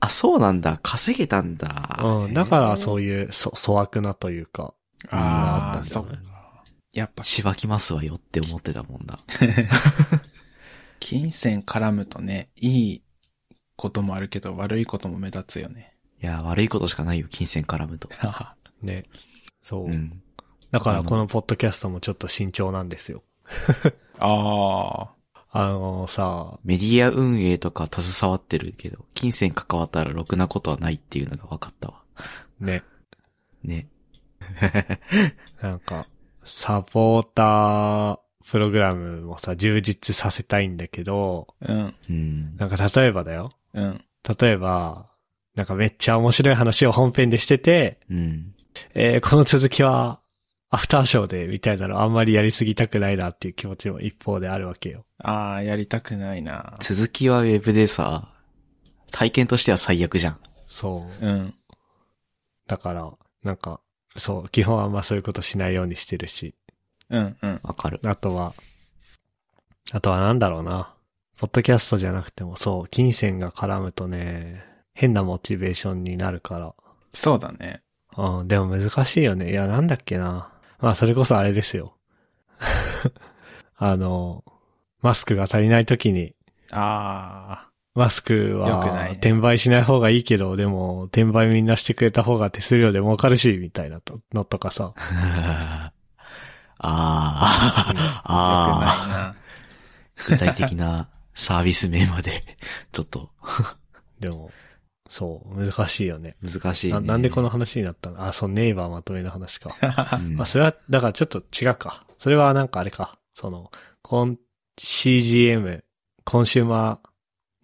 [SPEAKER 2] あ、そうなんだ。稼げたんだ。
[SPEAKER 1] うん。だからそういう、そ、粗悪なというか。
[SPEAKER 3] あ
[SPEAKER 1] あったん
[SPEAKER 3] あ、
[SPEAKER 1] だ
[SPEAKER 3] そ
[SPEAKER 1] よ
[SPEAKER 3] っ
[SPEAKER 1] ね
[SPEAKER 3] か。やっぱ、
[SPEAKER 2] しばきますわよって思ってたも んだ。
[SPEAKER 3] 金銭絡むとね、いいこともあるけど、悪いことも目立つよね。
[SPEAKER 2] いやー、悪いことしかないよ、金銭絡むと。
[SPEAKER 1] ね。そう。
[SPEAKER 2] うん。
[SPEAKER 1] だから
[SPEAKER 2] あの
[SPEAKER 1] このポッドキャストもちょっと慎重なんですよ。
[SPEAKER 3] ああ、
[SPEAKER 1] あのさ、
[SPEAKER 2] メディア運営とか携わってるけど、金銭関わったらろくなことはないっていうのが分かったわ。
[SPEAKER 1] ね。
[SPEAKER 2] ね。
[SPEAKER 1] なんか、サポータープログラムもさ、充実させたいんだけど、
[SPEAKER 3] うん、
[SPEAKER 2] うん。
[SPEAKER 1] なんか例えばだよ。
[SPEAKER 3] うん。
[SPEAKER 1] 例えば、なんかめっちゃ面白い話を本編でしてて、
[SPEAKER 2] うん。
[SPEAKER 1] えーこの続きは、アフターショーで、みたいなのあんまりやりすぎたくないなっていう気持ちも一方であるわけよ。
[SPEAKER 3] ああ、やりたくないな。
[SPEAKER 2] 続きはウェブでさ、体験としては最悪じゃん。
[SPEAKER 1] そう。
[SPEAKER 3] うん。
[SPEAKER 1] だから、なんか、そう、基本はあんまそういうことしないようにしてるし、
[SPEAKER 3] うん、うん。
[SPEAKER 2] わかる。
[SPEAKER 1] あとは、あとはなんだろうな。ポッドキャストじゃなくてもそう、金銭が絡むとね、変なモチベーションになるから。
[SPEAKER 3] そうだね。
[SPEAKER 1] うん、でも難しいよね。いや、なんだっけな。まあ、それこそあれですよ。 あの、マスクが足りない時に、
[SPEAKER 3] あ
[SPEAKER 1] マスク
[SPEAKER 3] よくな
[SPEAKER 1] はい
[SPEAKER 3] ね
[SPEAKER 1] 転売しない方がいいけど、でも、転売みんなしてくれた方が手数料で儲かるし、みたいなとのとか さ。
[SPEAKER 2] あ
[SPEAKER 1] うん、
[SPEAKER 2] ああ
[SPEAKER 3] あ、よくない
[SPEAKER 2] あ、
[SPEAKER 3] な。
[SPEAKER 2] 具体的なサービス名まで、ちょっと
[SPEAKER 1] でも、そう、難しいよね。
[SPEAKER 2] 難しい、
[SPEAKER 1] な
[SPEAKER 2] ね
[SPEAKER 1] なんでこの、話になったのあ、そう、ネイバーまとめの話か。
[SPEAKER 2] うん
[SPEAKER 1] まあ、それは、だからちょっと違うか。それはなんかあれか。その、コン、CGM、コンシューマー、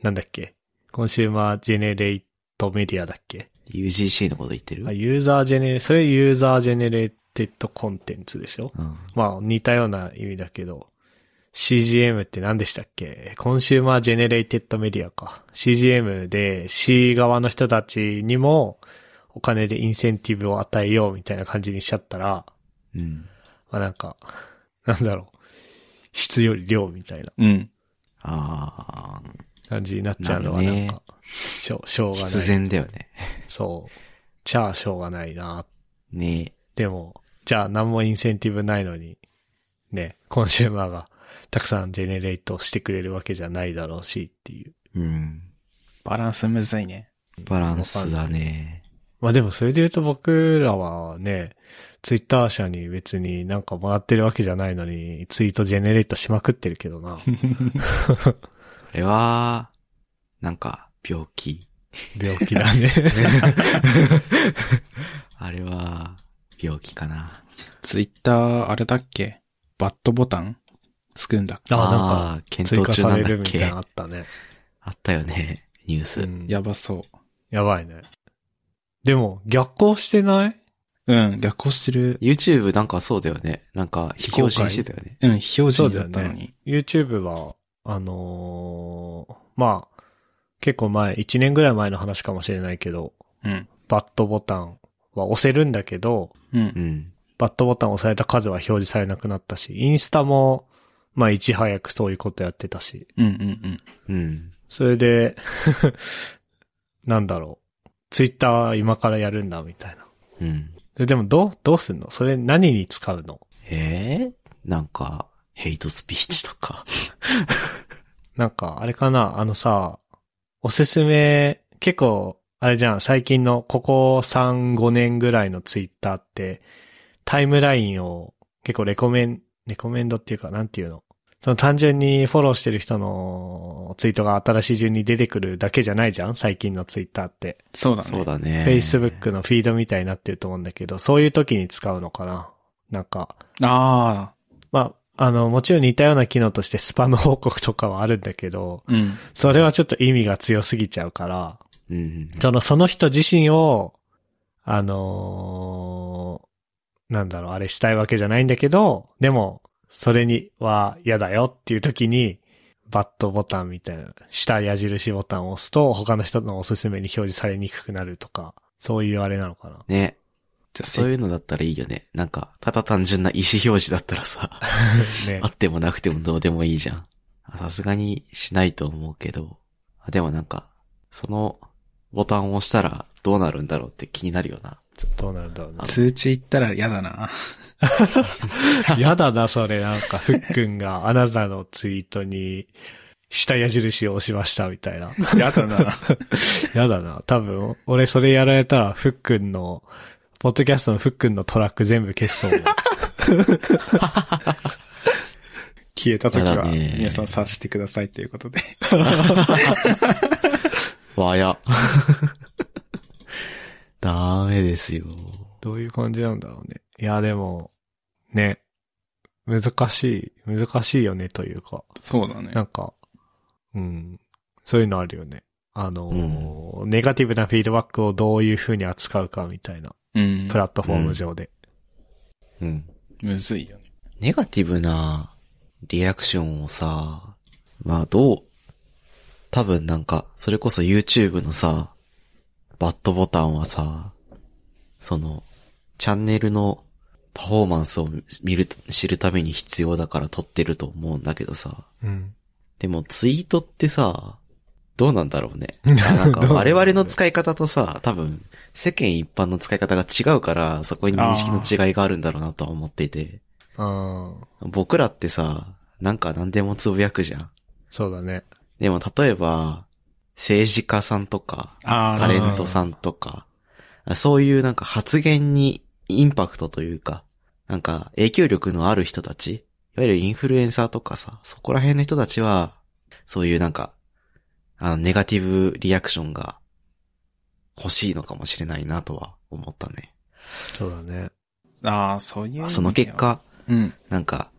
[SPEAKER 1] なんだっけコンシューマージェネレートメディアだっけ
[SPEAKER 2] UGC のこと言ってる
[SPEAKER 1] あ、ユーザージェネレ、それユーザージェネレーテッドコンテンツでしょ
[SPEAKER 2] うん。
[SPEAKER 1] まあ、似たような意味だけど、CGM って何でしたっけコンシューマージェネレイテッドメディアか。CGM で C 側の人たちにもお金でインセンティブを与えようみたいな感じにしちゃったら、
[SPEAKER 2] うん。
[SPEAKER 1] まあなんか、なんだろう。質より量みたいな
[SPEAKER 3] うん。
[SPEAKER 2] あ
[SPEAKER 1] 感じになっちゃうのは
[SPEAKER 2] な
[SPEAKER 1] な
[SPEAKER 2] るね
[SPEAKER 1] んか、しょしょう
[SPEAKER 2] あ、
[SPEAKER 1] がない。
[SPEAKER 2] 必然だよね。
[SPEAKER 1] そう。じゃあしょうがないな。
[SPEAKER 2] ね
[SPEAKER 1] でも、じゃあ何もインセンティブないのに、ね、コンシューマーがたくさんジェネレートしてくれるわけじゃないだろうしっていう。
[SPEAKER 2] うん。
[SPEAKER 3] バランスむずいね。
[SPEAKER 2] バランスだね。
[SPEAKER 1] まあでもそれで言うと僕らはね、ツイッター社に別になんかもらってるわけじゃないのに、ツイートジェネレートしまくってるけどな。
[SPEAKER 2] これは、なんか、病気。
[SPEAKER 1] 病気だね。
[SPEAKER 2] あれは、病気かな。
[SPEAKER 3] ツイッター、あれだっけバットボタンつくんだっけ
[SPEAKER 1] あなんか
[SPEAKER 2] あー、検
[SPEAKER 1] 追
[SPEAKER 2] 討
[SPEAKER 1] 加
[SPEAKER 2] 中
[SPEAKER 1] さ
[SPEAKER 2] な
[SPEAKER 1] れ
[SPEAKER 2] んだ
[SPEAKER 1] る
[SPEAKER 2] っ
[SPEAKER 1] みたい
[SPEAKER 2] け
[SPEAKER 1] なのあったね。
[SPEAKER 2] あったよね、ニュース。
[SPEAKER 1] うん
[SPEAKER 3] やばそ。
[SPEAKER 1] やばいね。でも、逆行してないう
[SPEAKER 3] うん、逆行してる。
[SPEAKER 2] YouTube なんかそうだよね。なんか、非公式してたよね。
[SPEAKER 3] うん、非表
[SPEAKER 1] そ
[SPEAKER 3] 示
[SPEAKER 1] うだ
[SPEAKER 3] だ
[SPEAKER 1] よ
[SPEAKER 3] ったのに
[SPEAKER 1] ね。。YouTube は、あのーまあ、結構前、1年ぐらい前の話かもしれないけど、
[SPEAKER 3] うん。
[SPEAKER 1] バットボタンは押せるんだけど、
[SPEAKER 3] うん
[SPEAKER 2] う。ん。
[SPEAKER 1] バットボタンを押された数は表示されなくなったし、インスタも、まあ、いち早くそういうことやってたし、
[SPEAKER 3] うん、うん、
[SPEAKER 2] うん。
[SPEAKER 1] それで、なんだろう。ツイッター今からやるんだ、みたいな。
[SPEAKER 2] うん。
[SPEAKER 1] ででも、どう、どうすんのそれ何に使うの
[SPEAKER 2] えー、なんか、ヘイトスピーチとか。
[SPEAKER 1] なんか、あれかな、あのさ、おすすめ、結構、あれじゃん、最近のここ3、5年ぐらいのツイッターって、タイムラインを結構レコメン、レコメンドっていうか、なんていうのその単純にフォローしてる人のツイートが新しい順に出てくるだけじゃないじゃん最近のツイッターって。
[SPEAKER 3] そうだね。
[SPEAKER 2] そうだね。
[SPEAKER 1] Facebook のフィードみたいになってると思うんだけど、そういう時に使うのかななんか、
[SPEAKER 3] あ
[SPEAKER 1] まあ、あの、もちろん似たような機能としてスパム報告とかはあるんだけど、
[SPEAKER 3] あ、うん。
[SPEAKER 1] それはちょっと意味が強すぎちゃうから、
[SPEAKER 2] うん。
[SPEAKER 1] その、その人自身を、あのーなんだろう、あれしたいわけじゃないんだけど、でも、それには嫌だよっていう時に、バットボタンみたいな、下矢印ボタンを押すと、他の人のおすすめに表示されにくくなるとか、そういうあれなのか な。
[SPEAKER 2] ね。
[SPEAKER 3] じゃあ
[SPEAKER 2] そういうのだったらいいよね。なんか、ただ単純な意思表示だったらさ、
[SPEAKER 1] ね
[SPEAKER 2] あ。ってもなくてもどうでもいいじゃん。あさすがにしないと思うけど。あでもなんか、そのボタンを押したらどうなるんだろうって気になるよな。ちょっと。
[SPEAKER 1] どうなるんだろうな。
[SPEAKER 3] 通知行ったら嫌だな。
[SPEAKER 1] やだな、それ。なんか、ふっくんがあなたのツイートに、下矢印を押しました、みたいな。
[SPEAKER 3] 嫌だな。
[SPEAKER 1] やだな。多分、俺それやられたら、ふっくんの、ポッドキャストのふっくんのトラック全部消すと 思う。
[SPEAKER 3] 消えた時
[SPEAKER 2] 嫌
[SPEAKER 3] は、
[SPEAKER 2] だね
[SPEAKER 3] 皆さん察してくださいということで。
[SPEAKER 2] わや。 ダメですよ。
[SPEAKER 1] どういう感じなんだろうね。いや、でも、ね。難しい、難しいよねというか、
[SPEAKER 3] そうだね
[SPEAKER 1] なんか、うん。そういうのあるよね。あのー、ネガティブなフィードバックをどういう風に扱うかみたいな、
[SPEAKER 3] うん
[SPEAKER 1] プラットフォーム上で。
[SPEAKER 2] うん。
[SPEAKER 3] むずいよね。
[SPEAKER 2] ネガティブなリアクションをさ、まあどう、多分なんか、それこそ YouTube のさ、バットボタンはさ、その、チャンネルのパフォーマンスを見る、知るために必要だから撮ってると思うんだけどさ。
[SPEAKER 1] うん。
[SPEAKER 2] でもツイートってさ、どうなんだろうね。あ なんか我々の使い方とさ、多分世間一般の使い方が違うから、そこに認識の違いがあるんだろうなとは思っていて。
[SPEAKER 1] ああ、
[SPEAKER 2] 僕らってさ、なんか何でもつぶやくじゃん。
[SPEAKER 1] そうだね。
[SPEAKER 2] でも例えば、政治家さんとか、
[SPEAKER 3] ああ、
[SPEAKER 2] タレントさんとか、そういうなんか発言にインパクトというか、なんか影響力のある人たち、いわゆるインフルエンサーとかさ、そこら辺の人たちは、そういうなんか、あの、ネガティブリアクションが欲しいのかもしれないなとは思ったね。
[SPEAKER 1] そうだね。
[SPEAKER 3] ああ、そういう意味では。
[SPEAKER 2] その結果、
[SPEAKER 3] うん。
[SPEAKER 2] なんか、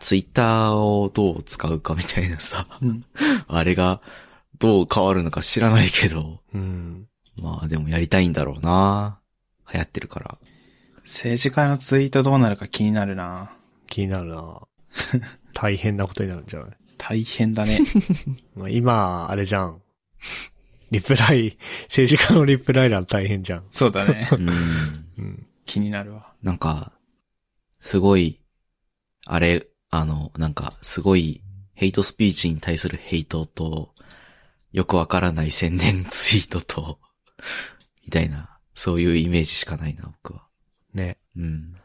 [SPEAKER 2] ツイッターをどう使うかみたいなさ、
[SPEAKER 3] うん。
[SPEAKER 2] あれがどう変わるのか知らないけど、
[SPEAKER 1] うん。
[SPEAKER 2] まあでもやりたいんだろうな流行ってるから。
[SPEAKER 3] 政治家のツイートどうなるか気になるな。
[SPEAKER 1] 気になるな大変なことになるんじゃない
[SPEAKER 3] 大変だね。
[SPEAKER 1] まあ今、あれじゃん。リプライ、 政治家のリプライ欄大変じゃん。
[SPEAKER 3] そうだね。
[SPEAKER 2] うん。
[SPEAKER 1] うん。
[SPEAKER 3] 気になるわ。
[SPEAKER 2] なんか、すごい、あれ、あの、なんか、すごい、ヘイトスピーチに対するヘイトと、よくわからない宣伝ツイートと、みたいな、そういうイメージしかないな、僕は。
[SPEAKER 1] ね。
[SPEAKER 2] うん。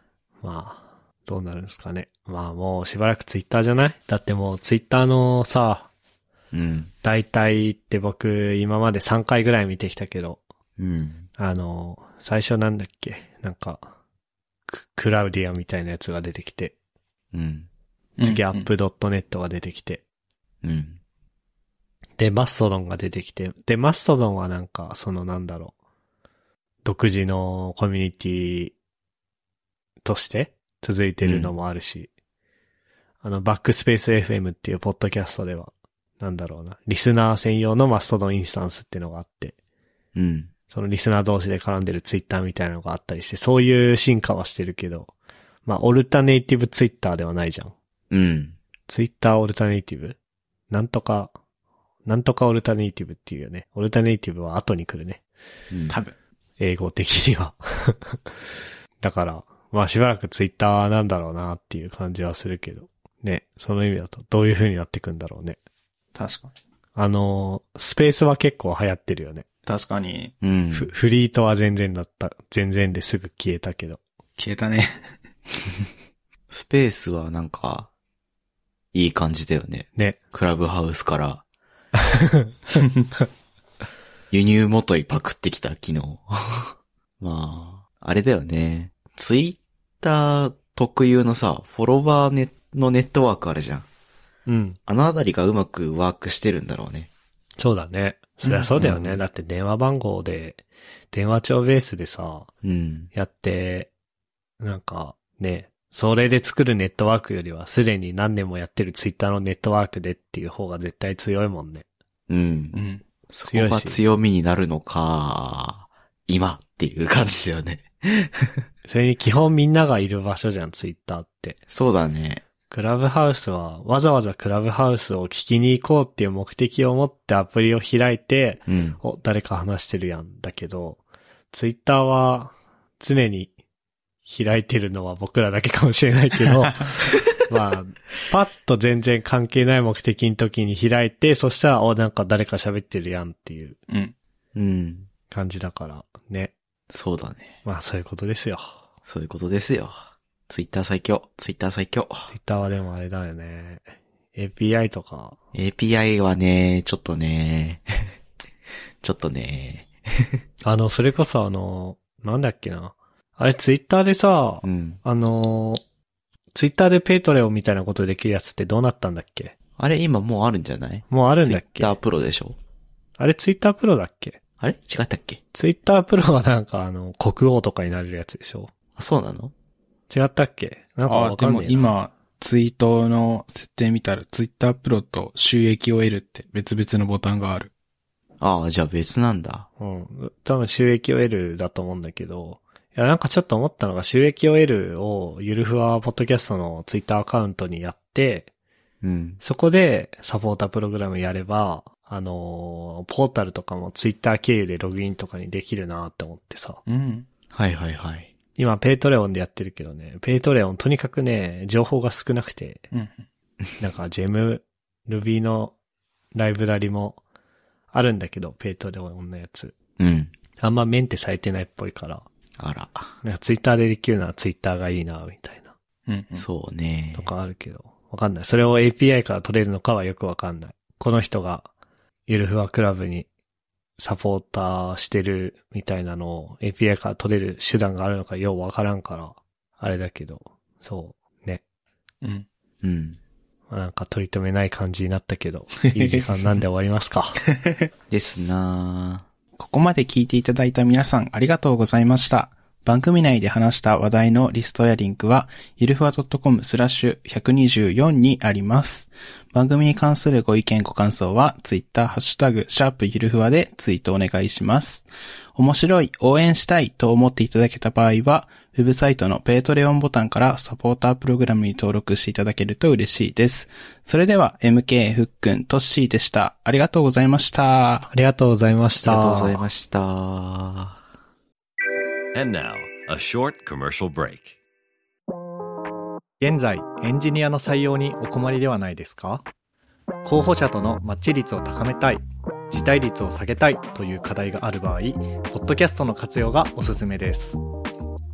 [SPEAKER 1] まあ、どうなるんですかね。まあもうしばらくツイッターじゃないだってもうツイッターのさ、
[SPEAKER 2] うん。
[SPEAKER 1] 大体って僕今まで3回ぐらい見てきたけど、
[SPEAKER 2] うん。
[SPEAKER 1] あの、最初なんだっけなんか、ククラウディアみたいなやつが出てきて、
[SPEAKER 2] うん。
[SPEAKER 1] 次
[SPEAKER 3] うん
[SPEAKER 1] アッ。プドットネットが出てきて、
[SPEAKER 2] うん。
[SPEAKER 1] で、マストドンが出てきて、で、マストドンはなんか、そのなんだろう、独自のコミュニティとして続いてるのもあるし、あの、バックスペース FM っていうポッドキャストでは、なんだろうな、リスナー専用のマストドンインスタンスっていうのがあって、
[SPEAKER 2] うん。
[SPEAKER 1] そのリスナー同士で絡んでるツイッターみたいなのがあったりして、そういう進化はしてるけど、まあ、オルタネイティブツイッターではないじゃん。
[SPEAKER 2] うん。
[SPEAKER 1] ツイッターオルタネイティブなんとか、なんとかオルタネイティブっていうよね。オルタネイティブは後に来るね。
[SPEAKER 2] うん
[SPEAKER 3] 多分。
[SPEAKER 1] 英語的には。 だから、まあしばらくツイッターなんだろうなっていう感じはするけど。ね、その意味だとどういう風になってくんだろうね。
[SPEAKER 3] 確かに。
[SPEAKER 1] あのースペースは結構流行ってるよね。
[SPEAKER 3] 確かに。
[SPEAKER 2] うん。
[SPEAKER 1] フフリートは全然だった。全然ですぐ消えたけど。
[SPEAKER 3] 消えたね。
[SPEAKER 2] スペースはなんか、いい感じだよね。
[SPEAKER 1] ね。
[SPEAKER 2] クラブハウ スから、輸入元いパクってきた昨日。 まあ、あれだよね。ツイッター特有のさ、フォロワーネのネットワークあるじゃん。
[SPEAKER 1] うん。
[SPEAKER 2] あのあたりがうまくワークしてるんだろうね。
[SPEAKER 1] そうだね。そりゃそうだよね。
[SPEAKER 2] うん
[SPEAKER 1] だって電話番号で、電話帳ベースでさ、
[SPEAKER 2] うん。
[SPEAKER 1] やって、なんかね、それで作るネットワークよりはすでに何年もやってるツイッターのネットワークでっていう方が絶対強いもんね。
[SPEAKER 2] うん
[SPEAKER 3] う。ん。
[SPEAKER 2] そこ
[SPEAKER 1] 強い
[SPEAKER 2] が
[SPEAKER 1] し、
[SPEAKER 2] 強みになるのか、今っていう感じだよね。
[SPEAKER 1] それに基本みんながいる場所じゃん、ツイッターって。
[SPEAKER 2] そうだね。
[SPEAKER 1] クラブハウスは、わざわざクラブハウスを聞きに行こうっていう目的を持ってアプリを開いて、
[SPEAKER 2] うん。
[SPEAKER 1] お、誰か話してるやんだけど、ツイッターは常に開いてるのは僕らだけかもしれないけど、まあ、パッと全然関係ない目的の時に開いて、そしたら、お、なんか誰か喋ってるやんっていう
[SPEAKER 3] うん。
[SPEAKER 2] うん。
[SPEAKER 1] 感じだから、ね。
[SPEAKER 2] そうだね。
[SPEAKER 1] まあそういうことですよ。
[SPEAKER 2] そういうことですよ。ツイッター最強。ツイッター最強。
[SPEAKER 1] ツイッターはでもあれだよね。API とか、
[SPEAKER 2] API はね、ちょっとね、 ちょっとね、
[SPEAKER 1] あの、それこそあの、なんだっけな。あれツイッターでさ
[SPEAKER 2] う、ん。
[SPEAKER 1] あの、ツイッターでペイトレオンみたいなことできるやつってどうなったんだっけ
[SPEAKER 2] あれ今もうあるんじゃない
[SPEAKER 1] もうあるんだっ
[SPEAKER 2] ツイ
[SPEAKER 1] け
[SPEAKER 2] ッタープロでしょ
[SPEAKER 1] あれツイッタープロだっけ
[SPEAKER 2] あれ違ったっけ
[SPEAKER 1] ツイッタープロはなんかあの、国王とかになれるやつでしょ
[SPEAKER 2] あ、そうなの
[SPEAKER 1] 違ったっけなんか
[SPEAKER 3] ああ、
[SPEAKER 1] わ
[SPEAKER 3] で
[SPEAKER 1] かん
[SPEAKER 3] も
[SPEAKER 1] ねえな。
[SPEAKER 3] 今、ツイートの設定見たら、ツイッタープロと収益を得るって別々のボタンがある。
[SPEAKER 2] ああ、じゃあ別なんだ。
[SPEAKER 1] うん。多分収益を得るだと思うんだけど、いや、なんかちょっと思ったのが収益を得るをゆるふわポッドキャストのツイッターアカウントにやって、
[SPEAKER 2] うん。
[SPEAKER 1] そこでサポータープログラムやれば、あのーポータルとかもツイッター経由でログインとかにできるなって思ってさ。
[SPEAKER 3] うん。
[SPEAKER 2] はいはいはい。
[SPEAKER 1] 今、ペイトレオンでやってるけどね、ペイトレオンとにかくね、情報が少なくて、
[SPEAKER 3] うん。
[SPEAKER 1] なんか、ジェム、ルビーのライブラリもあるんだけど、ペイトレオンのやつ。
[SPEAKER 2] うん。
[SPEAKER 1] あんまメンテされてないっぽいから、
[SPEAKER 2] あら。
[SPEAKER 1] なんかツイッターでできるならツイッターがいいな、みたいな、
[SPEAKER 3] うん、うん。
[SPEAKER 2] そうね
[SPEAKER 1] と。かあるけど、わかんない。それを API から取れるのかはよくわかんない。この人が、ゆるふわクラブにサポーターしてるみたいなのを API から取れる手段があるのかようわからんから、あれだけど、そう、ね。
[SPEAKER 3] うん。
[SPEAKER 2] うん。
[SPEAKER 1] まあなんか取り留めない感じになったけ ど、いい時間なんで終わりますか。
[SPEAKER 2] ですな
[SPEAKER 3] ここまで聞いていただいた皆さんありがとうございました。番組内で話した話題のリストやリンクは、ゆるふわ .com スラッシュ124にあります。番組に関するご意見ご感想は、ツイッターハッシュタグ、シャープゆるふわでツイートお願いします。面白い、応援したいと思っていただけた場合は、ウェブサイトのペイトレオンボタンからサポータープログラムに登録していただけると嬉しいです。それでは、MK、ふっくん、トッシーでした。ありがとうございました。
[SPEAKER 1] ありがとうございました。
[SPEAKER 2] ありがとうございました。
[SPEAKER 4] And now, a short commercial break.
[SPEAKER 1] 現在エンジニアの採用にお困りではないですか候補者とのマッチ率を高めたい辞退率を下げたいという課題がある場合ポッドキャストの活用がおすすめです